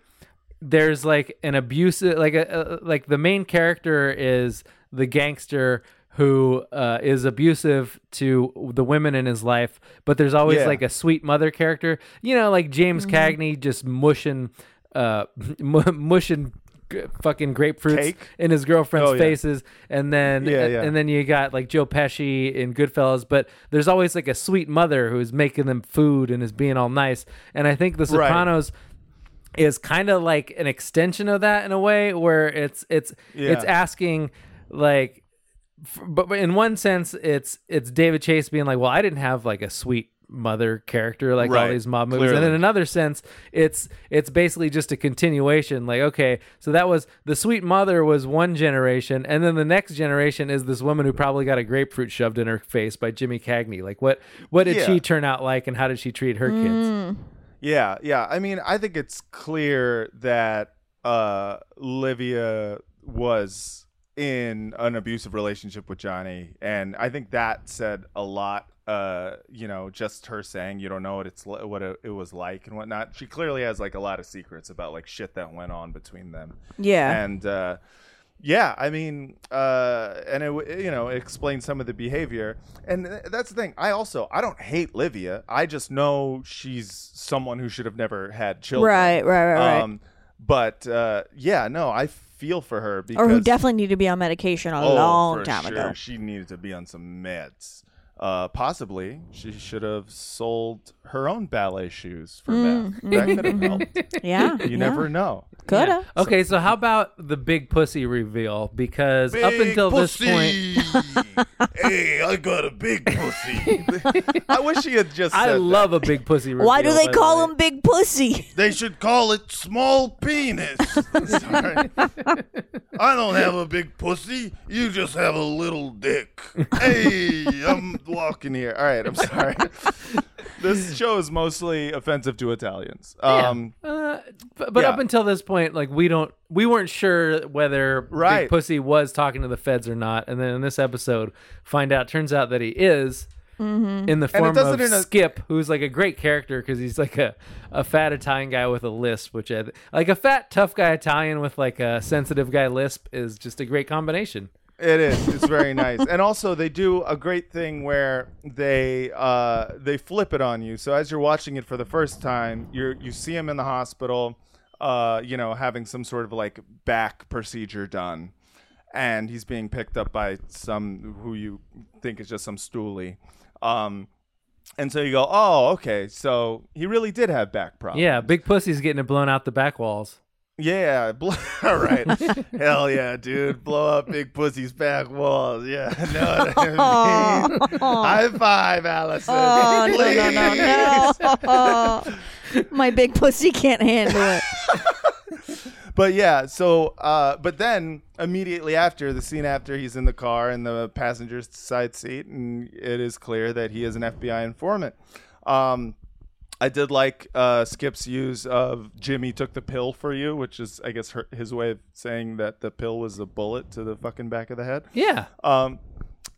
B: there's like an abusive, like a, a like the main character is the gangster who uh, is abusive to the women in his life, but there's always
I: Yeah.
B: like a sweet mother character, you know, like James
I: Mhm.
B: Cagney just mushing, uh, mushing. g- Fucking grapefruits
I: Cake?
B: in his girlfriend's
I: Oh, yeah.
B: faces, and then
I: Yeah,
B: and,
I: yeah.
B: and then you got like Joe Pesci in Goodfellas, but there's always like a sweet mother who's making them food and is being all nice. And I think The
I: Right.
B: Sopranos is kind of like an extension of that in a way, where it's it's
I: Yeah.
B: it's asking like, f- but but in one sense, it's it's David Chase being like, well, I didn't have like a sweet mother character like all
I: Right.
B: these mob movies and
I: Clearly.
B: in another sense it's it's basically just a continuation like okay so that was the sweet mother was one generation and then the next generation is this woman who probably got a grapefruit shoved in her face by jimmy cagney like what what did
A: Yeah.
B: she turn out like and how did she treat her
C: Mm.
B: kids
A: Yeah, yeah. I mean, I think it's clear that uh Livia was in an abusive relationship with Johnny, and I think that said a lot. Uh, you know, just her saying you don't know what it's li- what it, it was like and whatnot. She clearly has like a lot of secrets about like shit that went on between them.
I: Yeah.
A: and uh, yeah, I mean, uh, and it w- you know it explains some of the behavior, and th- that's the thing. I also I don't hate Livia. I just know she's someone who should have never had children.
C: Right, right, right,
A: Um,
C: right.
A: but uh, yeah, no, I feel for her because
C: or who definitely need to be on medication a
A: Oh,
C: long
A: for
C: time
A: sure.
C: ago.
A: She needed to be on some meds. Uh, possibly she should have sold her own ballet shoes for
C: Mm,
A: meth. That
C: mhm,
A: could have helped.
C: Yeah,
A: you
C: yeah.
A: never know.
C: Coulda.
B: Yeah. Okay, so how about the big pussy reveal? Because up
A: Big
B: until
A: pussy.
B: this point,
A: hey, I got a big pussy. I wish she had just.
B: I
A: said
B: love a big pussy reveal.
C: Why do they
B: by the
C: call
B: way.
C: him Big Pussy?
A: They should call it small penis.
I: I don't have a big pussy. You just have a little dick.
A: hey, I'm walking here. All right, I'm sorry. this show is mostly offensive to Italians.
B: Yeah.
A: Um,
B: Uh, but but
A: yeah.
B: up until this point, like we don't, we weren't sure whether
A: Right.
B: Big Pussy was talking to the feds or not. And then in this episode, find out. Turns out that he is
I: Mhm.
B: in
I: And
B: the
I: it
B: form of
I: doesn't in a-
B: Skip, who's like a great character because he's like a, a fat Italian guy with a lisp, which I, like a fat tough guy Italian with like a sensitive guy lisp is just a great combination.
A: It is. It's very nice. And also they do a great thing where they uh, they flip it on you. So as you're watching it for the first time, you you see him in the hospital, uh, you know, having some sort of like back procedure done. And he's being picked up by some who you think is just some stoolie. Um, and so you go, oh, okay, so he really did have back
I: Oh.
A: problems.
B: Yeah, big pussy's getting it blown out the back walls.
A: Yeah, bl- all right. Hell yeah, dude. Blow up Big Pussy's back walls. Yeah, know what I mean? High five, Allison.
C: Oh, no, no, no, no. My big pussy can't handle it.
A: But yeah, so uh, but then immediately after the scene after he's in the car in the passenger side seat, and it is clear that he is an FBI informant. Um, I did like uh, Skip's use of Jimmy took the pill for you, which is I guess her, his way of saying that the pill was the bullet to the fucking back of the head.
B: Yeah.
A: Um,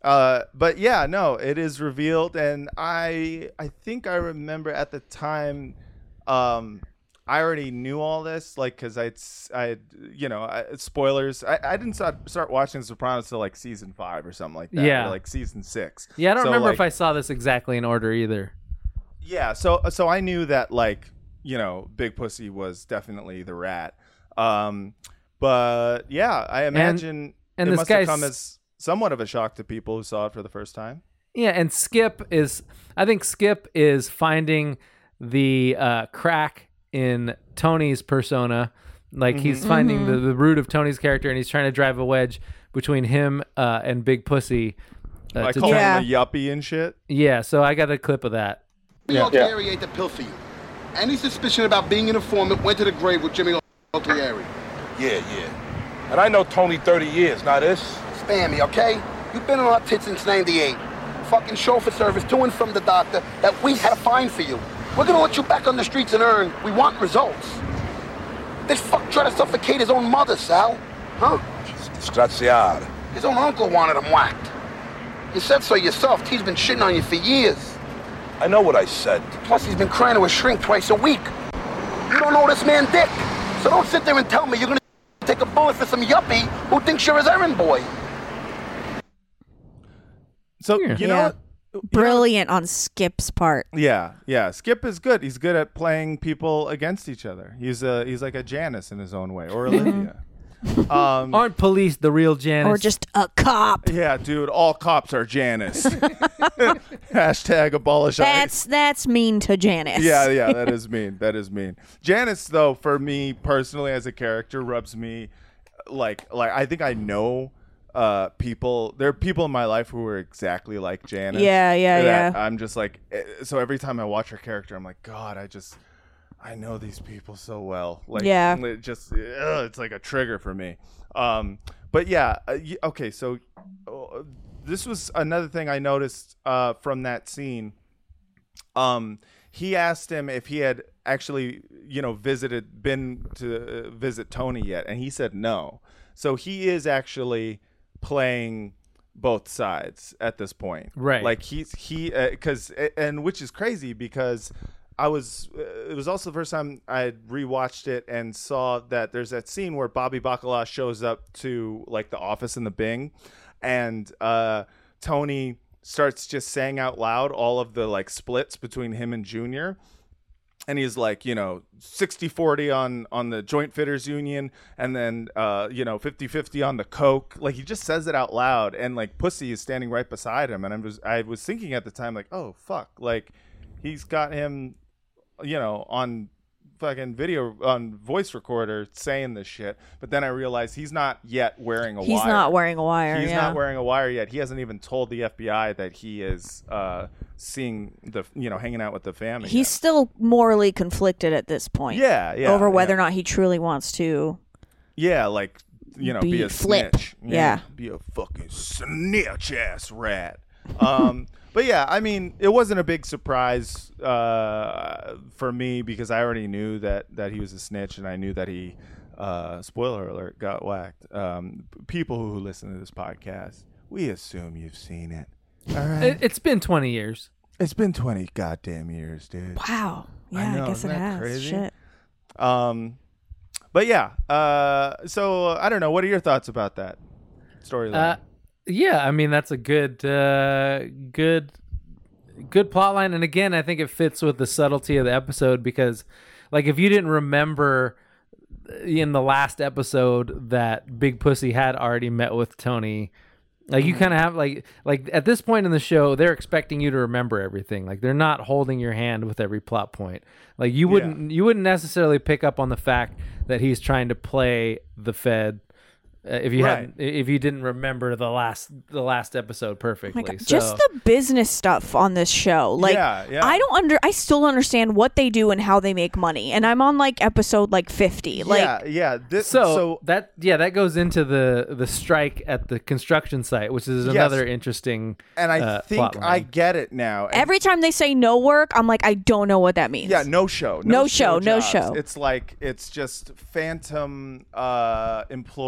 A: uh, but yeah, no, it is revealed, and I I think I remember at the time, um, I already knew all this, like because I I you know I, spoilers. I, I didn't start start watching Sopranos till like season five or something like that. or,
B: Yeah.
A: like season six.
B: Yeah, I don't
A: So,
B: remember
A: like-
B: if I saw this exactly in order either.
A: yeah, so so I knew that like you know Big Pussy was definitely the rat, um, but yeah, I imagine
B: and
A: it
B: this
A: must have
B: guy's-
A: come as somewhat of a shock to people who saw it for the first time.
B: Yeah, and Skip is I think Skip is finding the uh, crack in Tony's persona. Like he's
K: Mhm.
B: finding
K: Mhm.
B: the, the root of Tony's character and he's trying to drive a wedge between him uh, and Big Pussy. Uh,
A: I
B: to
A: call
B: try-
A: him a yuppie and shit.
B: Yeah, so I got a clip of that.
L: We Altieri ate the pill for you. Any suspicion about being an informant went to the grave with Jimmy Altieri.
I: Yeah, yeah. And I know Tony 30 years, not this.
L: Spam me, okay? You've been on our tits since 98. Fucking chauffeur service to and from the doctor that we had to find for you. We're gonna let you back on the streets and earn. We want results. This fuck tried to suffocate his own mother, Sal. Huh?
I: Straziar.
L: His own uncle wanted him whacked. You said so yourself. He's been shitting on you for years.
I: I know what I said.
L: Plus, he's been crying to a shrink twice a week. You don't know this man dick. So don't sit there and tell me you're gonna take a bullet for some yuppie who thinks you're his errand boy.
A: So you know what?
C: brilliant on Skip's part.
A: Yeah, yeah. Skip is good. He's good at playing people against each other. He's a he's like a Janus in his own way, or Olivia. um,
B: Aren't police the real Janice?
C: Or just a cop.
A: yeah, dude. All cops are Janus. Hashtag abolish.
C: That's that's mean to Janice.
A: Yeah, yeah, that is mean. That is mean. Janice, though, for me personally as a character, rubs me like like I think I know uh people there are people in my life who are exactly like Janice.
C: Yeah, yeah,
A: that
C: yeah.
A: I'm just like eh, so every time I watch her character, I'm like, God, I just I know these people so well. Like
C: Yeah.
A: it just ugh, it's like a trigger for me. Um but yeah, uh, y- okay, so uh, this was another thing I noticed uh from that scene um he asked him if he had actually you know visited been to uh, visit tony yet and he said no so he is actually playing both sides at this point
B: Right.
A: like he's he because and which is crazy because i was uh, it was also the first time i had rewatched it and saw that there's that scene where bobby bacala shows up to like the office in the bing and uh tony starts just saying out loud all of the like splits between him and Junior. And he's like, you know, 60 40 on, on the Joint Fitters Union and then, uh, you know, 50 50 on the Coke. Like, he just says it out loud. And like, Pussy is standing right beside him. And I was, I was thinking at the time, like, oh, fuck. Like, he's got him, you know, on fucking video, on voice recorder saying this shit. But then I realized he's not yet wearing a
C: He's
A: wire.
C: not wearing a wire,
A: He's
C: yeah.
A: not wearing a wire yet. He hasn't even told the FBI that he is uh, seeing the you know hanging out with the family.
C: He's still morally conflicted at this point.
A: Yeah, yeah,
C: Over whether
A: yeah.
C: or not he truly wants to.
A: yeah, like you know, be,
C: Be
A: a
C: flip.
A: snitch.
C: Yeah.
A: be a fucking snitch ass rat. Um, but yeah, I mean, it wasn't a big surprise uh, for me because I already knew that that he was a snitch, and I knew that he. Uh, spoiler alert! Got whacked. Um, p- people who listen to this podcast, we assume you've seen it. All right.
B: It, it's been 20 years.
A: It's been 20 goddamn years, dude.
C: Wow. Yeah, I
A: know,
C: guess
A: isn't
C: it
A: that
C: has.
A: crazy?
C: Shit.
A: Um, but yeah. Uh, so uh, I don't know. What are your thoughts about that storyline?
B: Uh, yeah, I mean that's a good, uh, good, good plot line, and again, I think it fits with the subtlety of the episode because, like, if you didn't remember in the last episode that Big Pussy had already met with Tony Like you kind of have like like at this point in the show, they're expecting you to remember everything. Like they're not holding your hand with every plot point. Like you wouldn't you wouldn't necessarily pick up on the fact that he's trying to play the Fed uh, if you
C: Right.
B: hadn't if you didn't remember the last the last episode perfectly. so,
C: Oh Just the business stuff on this show. Like
B: Yeah, yeah.
C: I don't under I still don't understand what they do and how they make money. And I'm on like episode like 50. Like
A: yeah. This,
B: so, that yeah that goes into the the strike at the construction site, which is
A: Yes.
B: another interesting.
A: And I
B: uh,
A: think
B: plotline.
A: I get it now. And-
C: every time they say no work, I'm like I don't know what that means.
A: yeah, no show.
C: No show, no
A: jobs.
C: show.
A: It's like it's just phantom uh,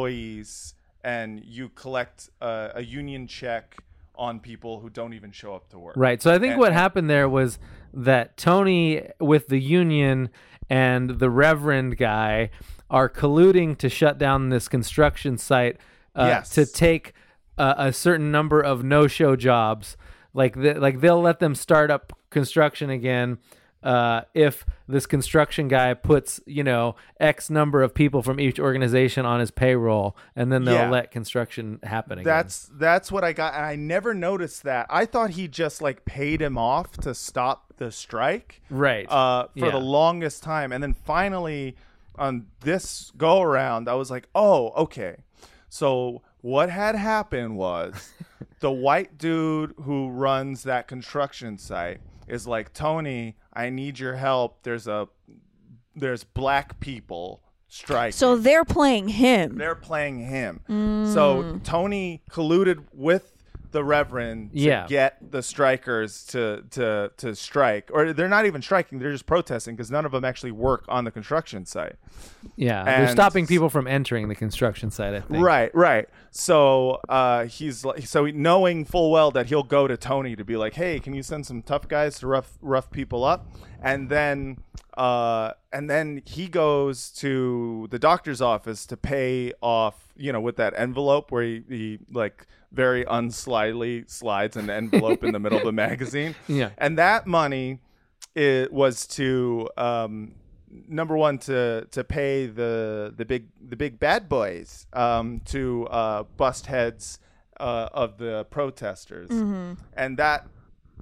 A: employees, and you collect uh, a union check on people who don't even show up to work.
B: Right. So I think
A: And-
B: what happened there was that Tony with the union and the Reverend guy are colluding to shut down this construction site uh,
A: Yes.
B: to take uh, a certain number of no-show jobs. Like the, like they'll let them start up construction again uh, if this construction guy puts you know X number of people from each organization on his payroll, and then they'll
A: Yeah.
B: let construction happen again.
A: That's that's what I got, and I never noticed that. I thought he just like paid him off to stop the strike,
B: Right.
A: Uh, for
B: Yeah.
A: the longest time, and then finally on this go around, I was like, oh, okay. So what had happened was the white dude who runs that construction site is like, Tony, I need your help. There's a there's black people striking.
C: So they're playing him.
A: They're playing him. So Tony colluded with the Reverend to
B: Yeah.
A: get the strikers to to to strike, or they're not even striking; they're just protesting because none of them actually work on the construction site.
B: yeah, they're
A: And-
B: stopping people from entering the construction site. I think.
A: Right, right. So uh, he's like, so he- knowing full well that he'll go to Tony to be like, "Hey, can you send some tough guys to rough rough people up?" And then, uh, and then he goes to the doctor's office to pay off, you know, with that envelope where he, he like very unslidely slides an envelope in the middle of the magazine.
B: Yeah.
A: and that money it was to um, number one to to pay the the big the big bad boys um, to uh, bust heads uh, of the protesters,
B: Mhm.
A: and that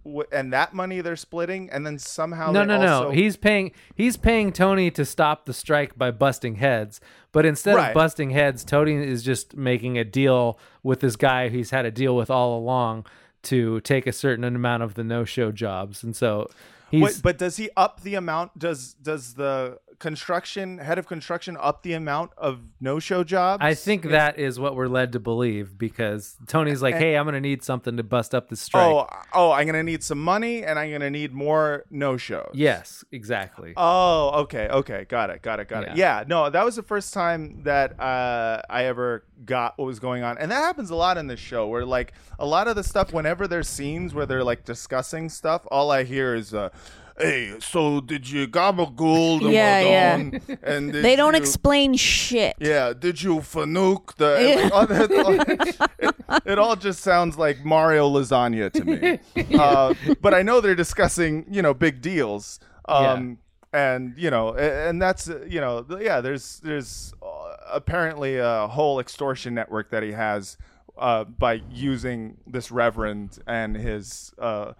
A: w- and that money they're splitting, and then somehow
B: no
A: they
B: no no
A: also-
B: he's paying he's paying tony to stop the strike by busting heads but instead
A: Right.
B: of busting heads tony is just making a deal with this guy he's had a deal with all along to take a certain amount of the no-show jobs and so he's
A: Wait, but does he up the amount? Does does the construction head of construction up the amount of no show jobs?
B: I think that is what we're led to believe because Tony's like,
A: And-
B: "Hey, I'm gonna need something to bust up the strike."
A: Oh, oh, I'm gonna need some money, and I'm gonna need more no shows.
B: yes, exactly.
A: Oh, okay, okay, got it, got it, got it.
B: Yeah.
A: Yeah, no, that was the first time that uh, I ever got what was going on, and that happens a lot in this show, where like a lot of the stuff, whenever there's scenes where they're like discussing stuff, all I hear is, uh, "Hey, so did you gabagool the
C: Yeah, yeah.
A: madon? And did
C: They don't
A: you-
C: explain shit.
A: Yeah, did you fanuke the? like, all that- all- it, it all just sounds like Mario lasagna to me. Uh, but I know they're discussing, you know, big deals. Um, And you know, a- and that's uh, you know, th- yeah. There's there's uh, apparently a whole extortion network that he has uh, by using this reverend and his uh,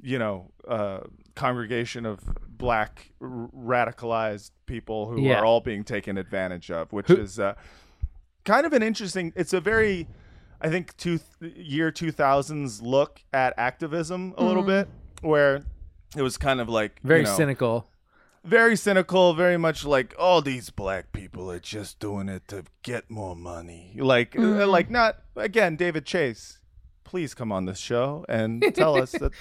A: you know uh, congregation of black r- radicalized people who
B: Yeah.
A: are all being taken advantage of, which
B: Who-
A: is uh, kind of an interesting. It's a very, I think, two year two thousands look at activism a little
B: Mhm.
A: bit, where it was kind of like
B: Very
A: you know,
B: cynical.
A: very cynical, very much like all these black people are just doing it to get more money. Like, uh,
I: Mhm.
A: like not again, David Chase. Please come on this show and tell us that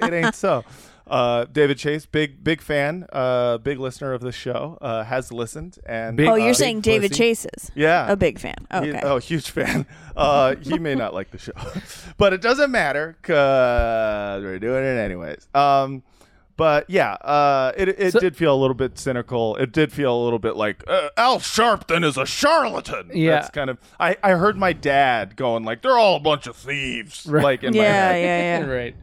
A: it ain't so. Uh, David Chase, big big fan, uh, big listener of the show, uh, has listened and
C: oh,
A: uh,
C: you're saying David
A: pussy.
C: Chase is
A: Yeah.
C: a big fan.
A: He-
C: Okay.
A: oh, huge fan. Uh, he may not like the show, but it doesn't matter because we're doing it anyways. Um, but yeah, uh, it, it did feel a little bit cynical. It did feel a little bit like uh, Al Sharpton is a charlatan.
I: Yeah.
A: That's kind of. I, I heard my dad going like, "They're all a bunch of thieves." Like in my
B: Yeah,
A: head.
B: yeah, yeah. Right.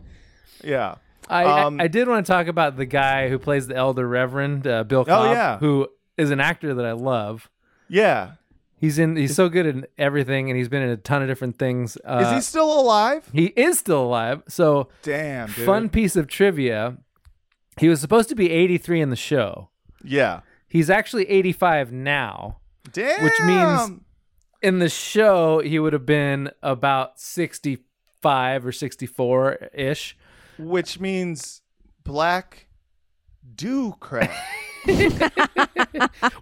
A: Yeah.
B: I, I-
A: Um,
B: I did want to talk about the guy who plays the elder reverend, uh, Bill
A: Oh,
B: Cobb,
A: yeah.
B: who is an actor that I love.
A: Yeah.
B: He's in. He's so good in everything, and he's been in a ton of different things. Uh,
A: is he still alive?
B: He is still alive. So
A: damn dude.
B: fun piece of trivia. He was supposed to be 83 in the show.
A: Yeah.
B: He's actually 85 now.
A: Damn.
B: Which means in the show he would have been about 65 or 64 ish.
A: Which means black do crap.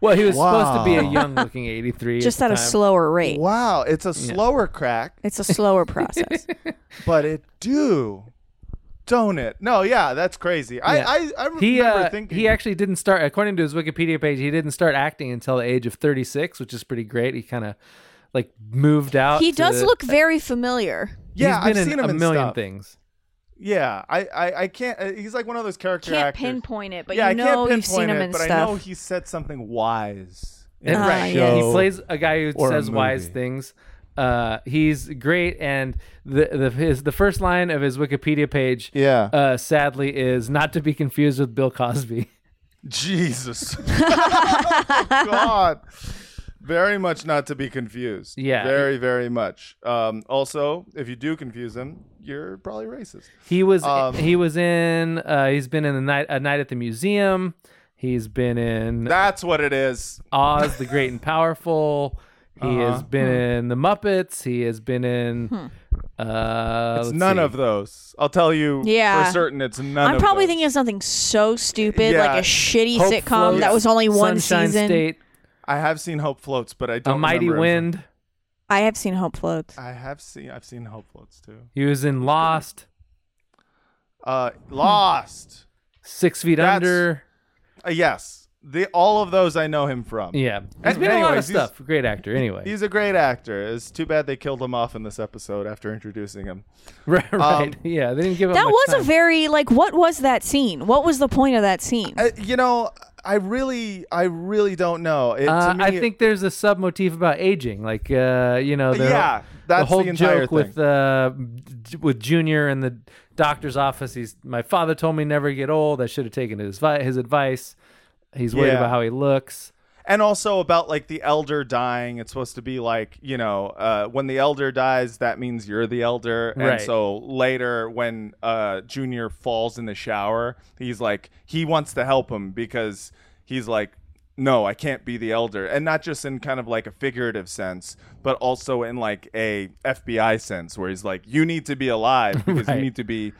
B: Well, he was supposed to be a
A: Wow.
B: young looking 83. at
C: Just
B: the
C: at a
B: time.
C: slower rate.
A: Wow, it's a slower crack.
C: It's a slower process.
A: but it do, don't it? No, yeah, that's crazy.
B: Yeah.
A: I, I, I remember
B: he, uh,
A: thinking
B: he actually didn't start according to his Wikipedia page. He didn't start acting until the age of 36, which is pretty great. He kind of like moved out.
C: he
B: to
C: does
B: the-
C: look very familiar.
A: Yeah,
B: he's been
A: I've
B: in
A: seen him
B: a
A: in
B: million
A: stuff.
B: things.
A: Yeah, I, I, I can't. uh, He's like one of those character
C: Can't
A: actors.
C: pinpoint it, but
A: yeah,
C: you
A: I
C: know
A: can't
C: you've seen
A: pinpoint
C: him
A: it,
C: in
A: but I
C: stuff.
A: know he said something wise. in
B: And
C: Uh,
A: the
B: right,
A: show
B: he plays a guy who
A: or a
B: says wise
A: movie.
B: things. Uh, he's great, and the the his the first line of his Wikipedia page,
A: yeah,
B: uh, sadly is not to be confused with Bill Cosby.
A: Jesus. Oh, God. Very much not to be confused.
B: Yeah.
A: Very, very much. Um, also, if you do confuse him, you're probably racist.
B: He was
A: Um,
B: he was in uh, he's been in the night a night at the museum. He's been in
A: That's what it is.
B: Oz the Great and Powerful. He has
A: Uh-huh.
B: been in the Muppets. He has been in.
C: Hmm.
B: Uh,
A: It's
B: let's
A: none
B: see.
A: of those. I'll tell you
C: Yeah.
A: for certain it's none
C: I'm
A: of
C: probably
A: those.
C: thinking of something so stupid,
A: Yeah.
C: like a shitty
A: Hope
C: sitcom
A: Floats,
C: that was only one
B: Sunshine
C: season.
B: State,
A: I have seen Hope Floats, but I
B: A
A: don't
B: Mighty
A: remember him.
B: Wind.
C: I have seen Hope Floats.
A: I have seen I've seen Hope Floats too.
B: He was in Lost,
A: Uh Lost.
B: Six Feet
A: That's-
B: Under.
A: Uh, yes. The all of those I know him from.
B: Hmm. Yeah, he's
A: And
B: been in a lot of
A: anyways, he's-
B: stuff. Great actor. Anyway,
A: He's a great actor. It's too bad they killed him off in this episode after introducing him.
B: right,
A: um,
B: right. yeah, they didn't give up.
C: That
B: much
C: was a
B: time.
C: very like. What was that scene? What was the point of that scene?
A: I, Uh, you know, I really, I really don't know. It,
B: Uh,
A: to me,
B: I think there's a submotif about aging, like uh, you know, the,
A: Yeah, that's
B: the whole
A: the entire
B: joke with uh, j- with Junior in the doctor's office. He's my father told me never get old. I should have taken his vi- his advice. He's worried
A: Yeah.
B: about how he looks.
A: and also about like the elder dying. It's supposed to be like you know, uh, when the elder dies, that means you're the elder. And
B: Right.
A: so later, when uh, Junior falls in the shower, he's like he wants to help him because he's like. No, I can't be the elder, and not just in kind of like a figurative sense, but also in like a FBI sense, where he's like, "You need to be alive because
B: Right.
A: you need to be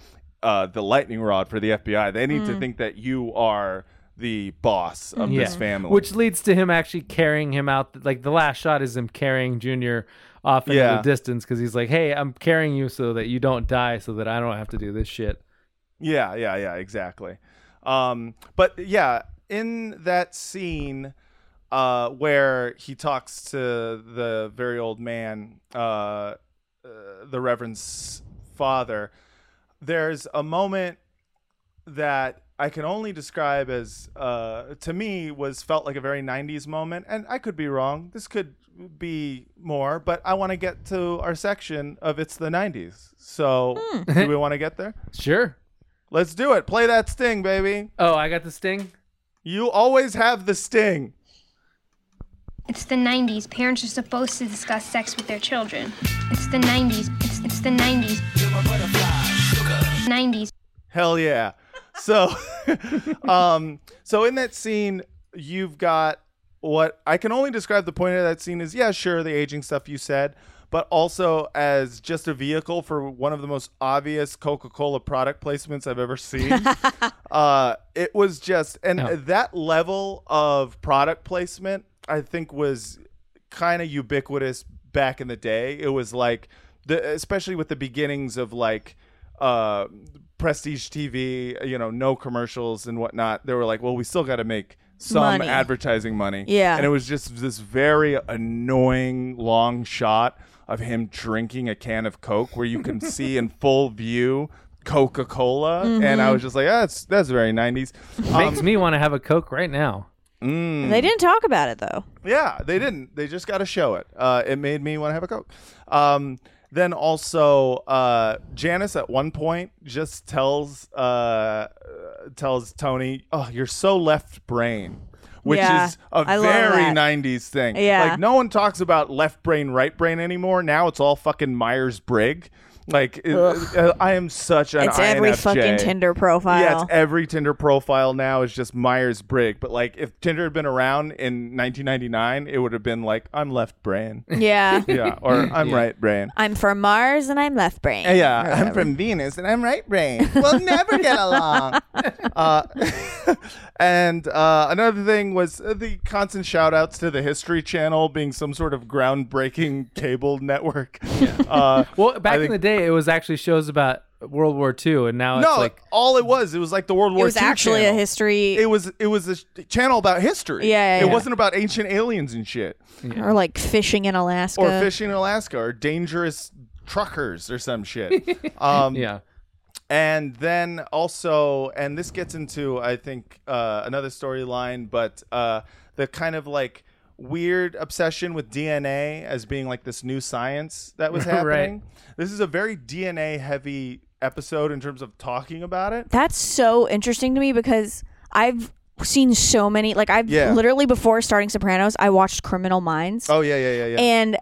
A: uh, the lightning rod for the FBI. They need to
B: Mm.
A: think that you are the boss of this
B: Yeah.
A: family."
B: which leads to him actually carrying him out. Like the last shot is him carrying Junior off into
A: Yeah.
B: the distance because he's like, "Hey, I'm carrying you so that you don't die, so that I don't have to do this shit."
A: Yeah, yeah, yeah, exactly. Um, but yeah, in that scene uh, where he talks to the very old man, uh, uh, the Reverend's father, there's a moment that I can only describe as uh, to me was felt like a very 90s moment and I could be wrong this could be more but I want to get to our section of it's the 90s so do we want to get there
B: Sure.
A: Let's do it. Play that sting, baby.
B: Oh, I got the sting.
A: You always have the sting.
K: It's the 90s. Parents are supposed to discuss sex with their children. It's the 90s. It's, it's the 90s. 90s.
A: Hell yeah. So um so in that scene you've got what I can only describe the point of that scene is yeah, sure, the aging stuff you said, but also as just a vehicle for one of the most obvious Coca-Cola product placements I've ever seen. uh it was just and that level of product placement I think was kind of ubiquitous back in the day. It was like the especially with the beginnings of like uh prestige TV, you know, no commercials and whatnot. They were like, well, we still got to make some
C: Money.
A: advertising money.
C: Yeah.
A: And it was just this very annoying long shot of him drinking a can of Coke where you can see in full view Coca-Cola and I
B: Mhm.
A: was just like, ah, that's that's very 90s. Um,
B: Makes me want to have a coke right now.
A: mm.
C: They didn't talk about it though.
A: Yeah, they didn't. They just got to show it. Uh, it made me want to have a Coke. Um, Then also, uh, Janice at one point just tells uh, tells Tony, "Oh, you're so left brain." Which
C: Yeah,
A: is a
C: I love
A: very
C: that.
A: 90s thing.
C: Yeah.
A: Like, no one talks about left brain, right brain anymore. Now it's all fucking Myers Briggs. Like, it- uh,
C: Ugh.
A: I am such an
C: It's every
A: INFJ.
C: fucking Tinder profile.
A: Yeah, it's every Tinder profile now is just Myers Briggs. But like, if Tinder had been around in 1999, it would have been like, I'm left brain.
C: Yeah.
A: yeah, or I'm
C: Yeah.
A: right brain. Uh,
C: I'm from Mars and I'm left brain.
A: Yeah,
C: Or
A: I'm
C: whatever.
A: from Venus and I'm right brain. We'll never get along. uh, and uh, another thing was uh, the constant shout outs to the History Channel being some sort of groundbreaking cable network. Uh,
B: well, back
A: I
B: in
A: think-
B: the day, it was actually shows about World War II, and now
A: no,
B: it's like
A: all it was, it was like the World War
C: was
A: II
C: actually a
A: channel.
C: history-
A: It was it was a sh- channel about history.
C: Yeah, yeah,
A: it
C: yeah.
A: wasn't about ancient aliens and shit,
C: Or like fishing in Alaska.
A: or fishing in Alaska, or dangerous truckers or some shit. Um,
B: yeah.
A: And then also, and this gets into, I think, uh, another storyline, but uh, the kind of like weird obsession with DNA as being like this new science that was
B: Right.
A: happening. This is a very DNA heavy episode in terms of talking about it.
C: That's so interesting to me because I've seen so many. Like I've
A: Yeah.
C: literally before starting Sopranos, I watched Criminal Minds.
A: Oh, yeah, yeah, yeah, yeah.
C: And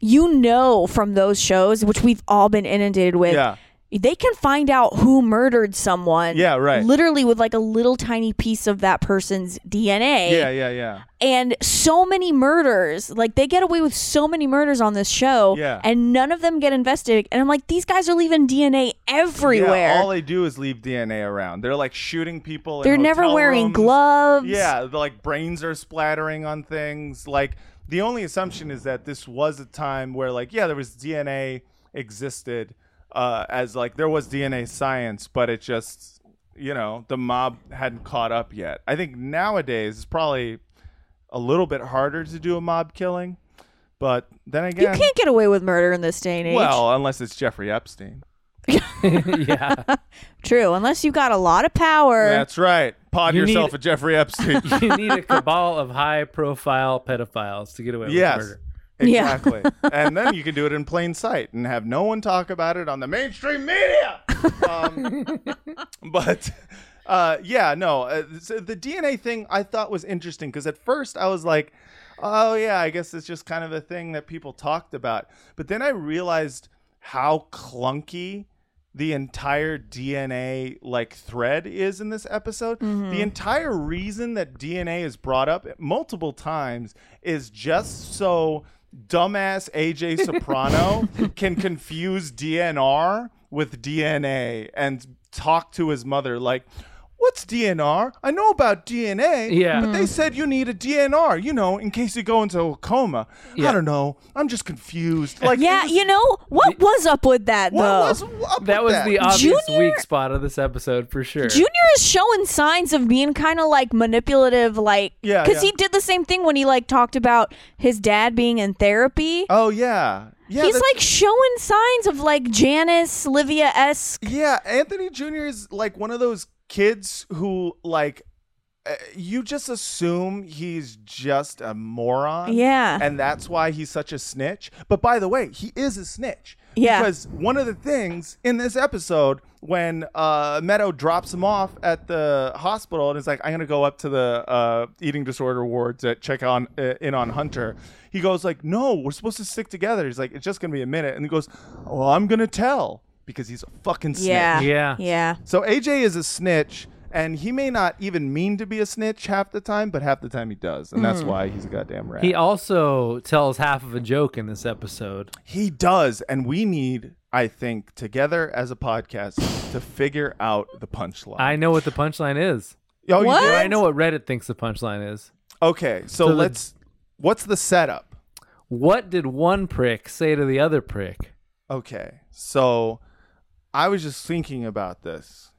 C: you know from those shows, which we've all been inundated with.
A: Yeah.
C: They can find out who murdered someone.
A: Yeah, right.
C: Literally with like a little tiny piece of that person's DNA.
A: Yeah, yeah, yeah.
C: And so many murders. Like they get away with so many murders on this show.
A: Yeah.
C: And none of them get investigated. And I'm like, these guys are leaving DNA everywhere.
A: Yeah, all they do is leave DNA around. They're like shooting people. in
C: They're never
A: hotel
C: wearing
A: rooms.
C: gloves.
A: Yeah, the, like brains are splattering on things. Like the only assumption is that this was a time where, like, yeah, there was DNA existed uh, as like there was DNA science, but it just you know the mob hadn't caught up yet. I think nowadays it's probably a little bit harder to do a mob killing, but then
C: you
A: again,
C: can't get away with murder in this day and age.
A: well, unless it's Jeffrey Epstein.
C: True, unless you've got a lot of power.
A: That's right. Pod
B: You
A: yourself
B: need-
A: a Jeffrey Epstein.
B: you need a cabal of high-profile pedophiles to get away
A: Yes.
B: with murder.
C: Yeah.
A: Exactly. and then you can do it in plain sight and have no one talk about it on the mainstream media. Um, but uh, yeah, no. Uh, so the DNA thing I thought was interesting because at first I was like, oh, yeah, I guess it's just kind of a thing that people talked about. But then I realized how clunky the entire DNA like thread is in this episode. The entire reason that DNA is brought up multiple times is just so dumbass AJ Soprano can confuse DNR with DNA and talk to his mother like What's DNR? I know about DNA,
B: Yeah.
A: but
C: Mm-hmm.
A: they said you need a DNR, you know, in case you go into a coma. I don't know. I'm just confused. Like,
C: yeah, you know what was up with that
A: what
C: though?
A: was up
B: That
A: with
B: was the obvious
C: Junior-
B: weak spot of this episode for sure.
C: Junior is showing signs of being kind of like manipulative, like
B: Yeah,
C: because
B: yeah.
C: he did the same thing when he like talked about his dad being in therapy.
A: Oh yeah, yeah.
C: he's
A: that's-
C: like showing signs of like Janice, Livia esque.
A: Yeah, Anthony Jr. is like one of those kids who like uh, you just assume he's just a moron.
C: Yeah.
A: and that's why he's such a snitch. But by the way, he is a snitch.
C: Yeah.
A: because one of the things in this episode when uh, Meadow drops him off at the hospital and is like, "I'm gonna go up to the uh, eating disorder ward to check on uh, in on Hunter," he goes like, "No, we're supposed to stick together." He's like, "It's just gonna be a minute," and he goes, "Well, I'm gonna tell." Because he's a fucking snitch.
C: Yeah, yeah.
A: So AJ is a snitch, and he may not even mean to be a snitch half the time, but half the time he does, and
C: Mm.
A: that's
B: Mhm.
A: why he's a goddamn rat.
B: He
A: He,
B: also tells half of a joke in this episode.
A: does, and we need, I think, together as a podcast, to figure out the punchline.
B: I know what the punchline is.
A: Oh, you do? What?
B: I know what Reddit thinks the punchline is.
A: Okay, so let's- what's the setup?
B: What did one prick say to the other prick?
A: Okay, so I was just thinking about this,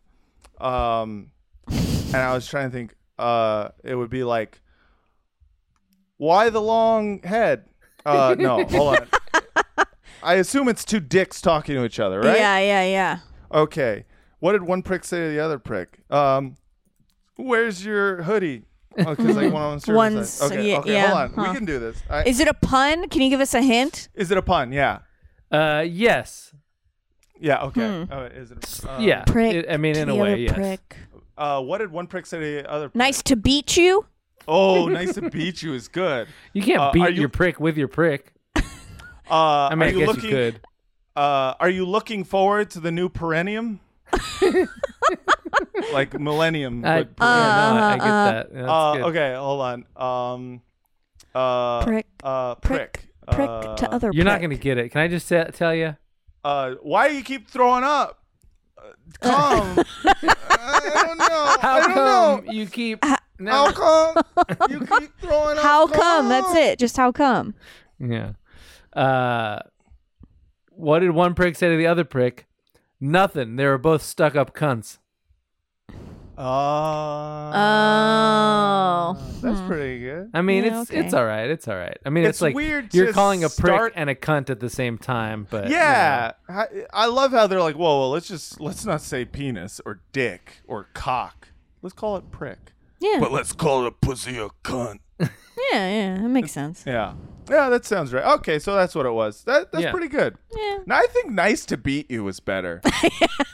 A: um, and I was trying to think. Uh, it would be like, why the long head? Uh, no, hold on. I assume it's two dicks talking to each other, right?
C: Yeah, yeah, yeah.
A: Okay. What did one prick say to the other prick? Um, where's your hoodie? Oh, 'cause, like one on the
C: One's-
A: side. Okay,
C: yeah,
A: okay,
C: yeah,
A: hold on.
C: huh.
A: We can do this. I-
C: Is it a pun? Can you give us a hint?
A: Is it a pun? Yeah.
B: Uh, yes.
A: Yeah. Okay.
C: Hmm.
A: Oh, is it? uh,
B: Yeah. Prick It- I mean, to in a the way, other yes. prick.
A: Uh, what did one prick say to the other?
C: Nice to beat you.
A: Oh, nice to beat you is good.
B: You can't
A: Uh, are
B: beat
A: you-
B: your prick with your prick.
A: Uh,
B: I mean,
A: are
B: I guess you
A: looking,
B: could.
A: Uh, are you looking forward to the new perennium? like millennium.
B: I-
C: Uh,
A: but
B: yeah, no, I- I get Uh-huh, that. Yeah, that's
A: Uh,
B: good.
A: okay, hold on. Um, uh,
B: Prick,
A: Uh, prick. Prick,
B: Uh, You're not going to get it. Can I just sa- tell you?
A: Uh, why do you keep throwing up? Uh, come. I don't know.
B: How
A: I don't
B: come
A: know.
B: you keep?
A: How come you keep throwing up?
C: How come? That's it. Just how come?
B: Yeah. Uh, what did one prick say to the other prick? Nothing. They were both stuck up cunts.
A: Uh,
C: Oh.
A: That's pretty good.
B: I mean, it's it's all right. It's all right. I mean, it's,
A: It's
B: like
A: weird
B: you're
A: to
B: calling a prick
A: start-
B: and a cunt at the same time, but you
A: Yeah, I, I love how they're like, whoa, whoa, let's just let's not say penis or dick or cock. Let's call it prick.
C: Yeah.
I: But let's call it a pussy or cunt.
C: Yeah, yeah, that makes sense.
A: Yeah, yeah, that sounds right. Okay, so that's what it was. That that's
C: Yeah.
A: pretty good.
C: Yeah.
A: Now, I think nice to beat you is better.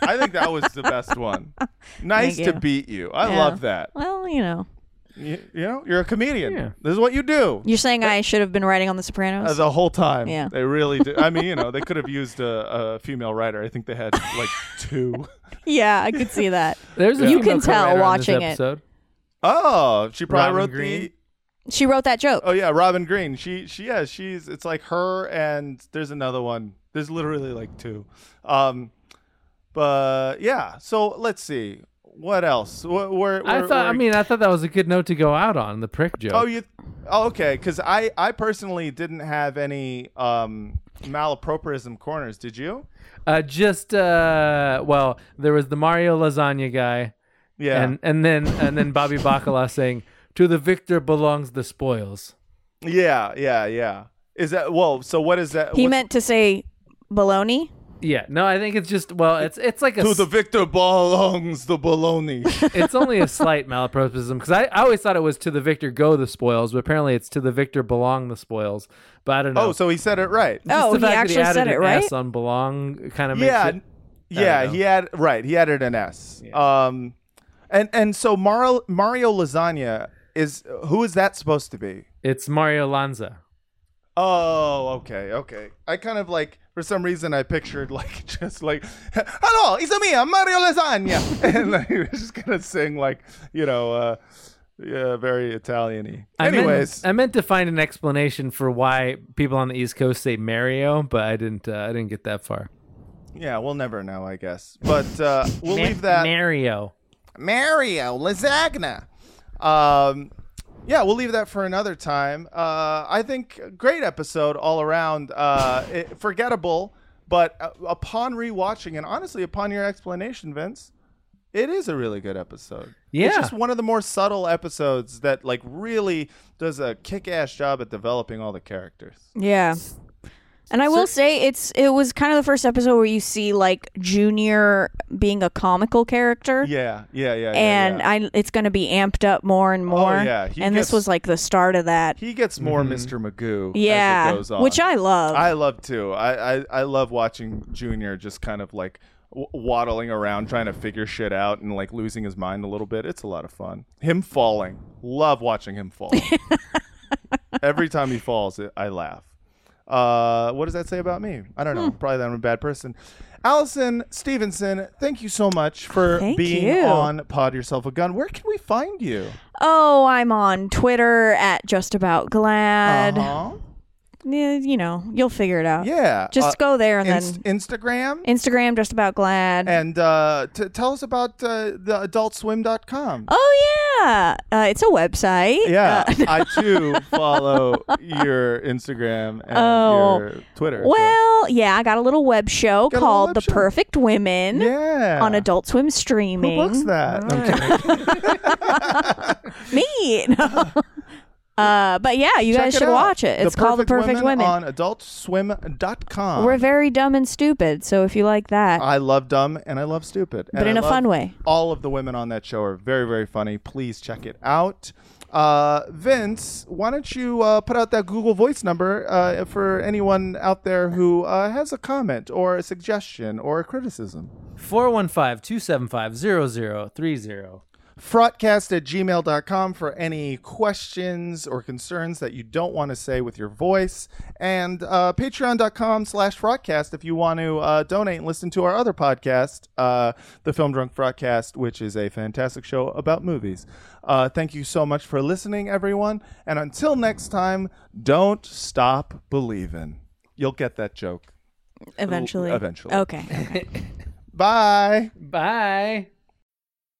A: I think that was the best one. Nice
C: Thank
A: to
C: you.
A: beat you. I
C: Yeah.
A: love that.
C: Well, you know,
A: You, you know, you're a comedian. This is what you do.
C: you're saying I should have been writing on The Sopranos
A: Uh, the whole time.
C: Yeah.
A: They really do. I mean, you know, they could have used a, a female writer. I think they had like two.
C: yeah, I could see that.
B: There's
A: a
C: you
A: female
C: can tell
A: co-writer on this
C: watching it.
B: episode.
A: Oh, she probably
B: Robin
A: wrote the.
B: Greene?
C: She wrote that joke.
B: Uh,
A: Oh yeah, Robin Green. She she yeah, she's it's like her and there's another one. There's literally like two. Um but yeah, so let's see. What else? Where, where,
B: I
A: where-
B: thought. I
A: where-
B: mean, I thought that was a good note to go out on the prick joke.
A: Oh, you Oh, okay, cuz I I personally didn't have any um malapropism corners, did you?
B: Uh, just uh, well, there was the Mario lasagna guy.
A: Yeah.
B: and and then and then Bobby Bacala saying, "To the victor belongs the spoils."
A: Yeah, yeah, yeah. Is that whoa, so what is that?
C: He
A: what's-
C: meant to say baloney.
B: Yeah, no, I think it's just well, it's it's like a
A: to the victor belongs the baloney.
B: it's only a slight malapropism because I, I always thought it was to the victor go the spoils, but apparently it's to the victor belong the spoils. But I don't know.
A: Oh, so he said it right.
B: Just
C: Oh,
B: the
C: he
B: fact that
C: actually
B: added
C: said it
B: an
C: right.
B: S on belong kind of makes
A: yeah,
B: it. I don't
A: yeah.
B: know.
A: He had right. He added an S. Um, and and so Mario Mario Lasagna is who is that supposed to be?
B: It's Mario Lanza.
A: Oh, okay, okay. I kind of like for some reason I pictured like just like hello, it's me, I'm Mario Lasagna, and like, he was just gonna sing like you know, uh, yeah, very Italian-y.
B: I meant-
A: Anyways,
B: I meant, to find an explanation for why people on the East Coast say Mario, but I didn't. Uh, I didn't get that far.
A: yeah, we'll never know, I guess. But uh, we'll
B: Ma-
A: leave that.
B: Mario.
A: Mario Lasagna. Um, yeah, we'll leave that for another time. Uh, I think a great episode all around. Uh, it, forgettable, but uh, upon rewatching and honestly upon your explanation, Vince, it is a really good episode. it's
B: Yeah.
A: just one of the more subtle episodes that like really does a kick-ass job at developing all the characters.
C: Yeah. And I will say it's it was kind of the first episode where you see like Junior being a comical character.
A: Yeah, yeah, yeah. yeah,
C: and
A: yeah.
C: I it's going to be amped up more and more.
A: yeah, he
C: and
A: gets-
C: this was like the start of that.
A: He gets more Mr. Magoo
C: Mm-hmm. Yeah,
A: as it goes on.
C: which I love.
A: I love too. I, I, I love watching Junior just kind of like w- waddling around trying to figure shit out and like losing his mind a little bit. It's a lot of fun. Him falling. Love watching him fall. Every time he falls, it, I laugh. Uh, what does that say about me? I don't know.
C: Hmm.
A: Probably that I'm a bad person. Allison Stevenson, thank you so much for
C: Thank
A: being
C: you.
A: on Pod Yourself a Gun. Where can we find you?
C: Oh, I'm on Twitter at just about glad.
A: Uh-huh.
C: Yeah, you know, you'll figure it out.
A: Yeah.
C: Just
A: uh,
C: go there and
A: Inst-
C: then
A: Instagram.
C: Instagram just about glad.
A: And uh, t- tell us about uh, the adultswim.com.
C: oh yeah. Uh, it's a website.
A: Yeah,
C: Uh,
A: I too follow your Instagram and
C: Oh.
A: your Twitter. so-
C: Well, yeah, I got a little web show
A: Got a little
C: called
A: web
C: The
A: show.
C: Perfect Women
A: Yeah.
C: on Adult Swim streaming.
A: Who books that? I'm kidding.
C: Me. No. Uh, but yeah, you
A: Check
C: guys
A: it
C: should
A: out.
C: watch it. It's called The Perfect Women.
A: on adultswim.com.
C: We're very dumb and stupid, so if you like that,
A: I love dumb and I love stupid.
C: But
A: And
C: in
A: I
C: a
A: love-
C: fun way.
A: All of the women on that show are very, very funny. Please check it out. Uh, Vince, why don't you uh, put out that Google Voice number uh, for anyone out there who uh, has a comment or a suggestion or a criticism?
B: 415-275-0030.
A: Fraudcast at gmail.com for any questions or concerns that you don't want to say with your voice. And uh, patreon.com slash fraudcast if you want to uh, donate and listen to our other podcast, uh, The Film Drunk Fraudcast, which is a fantastic show about movies. Uh, thank you so much for listening, everyone. And until next time, don't stop believing. You'll get that joke.
C: eventually.
A: Eventually.
C: Okay. okay.
A: Bye.
B: Bye.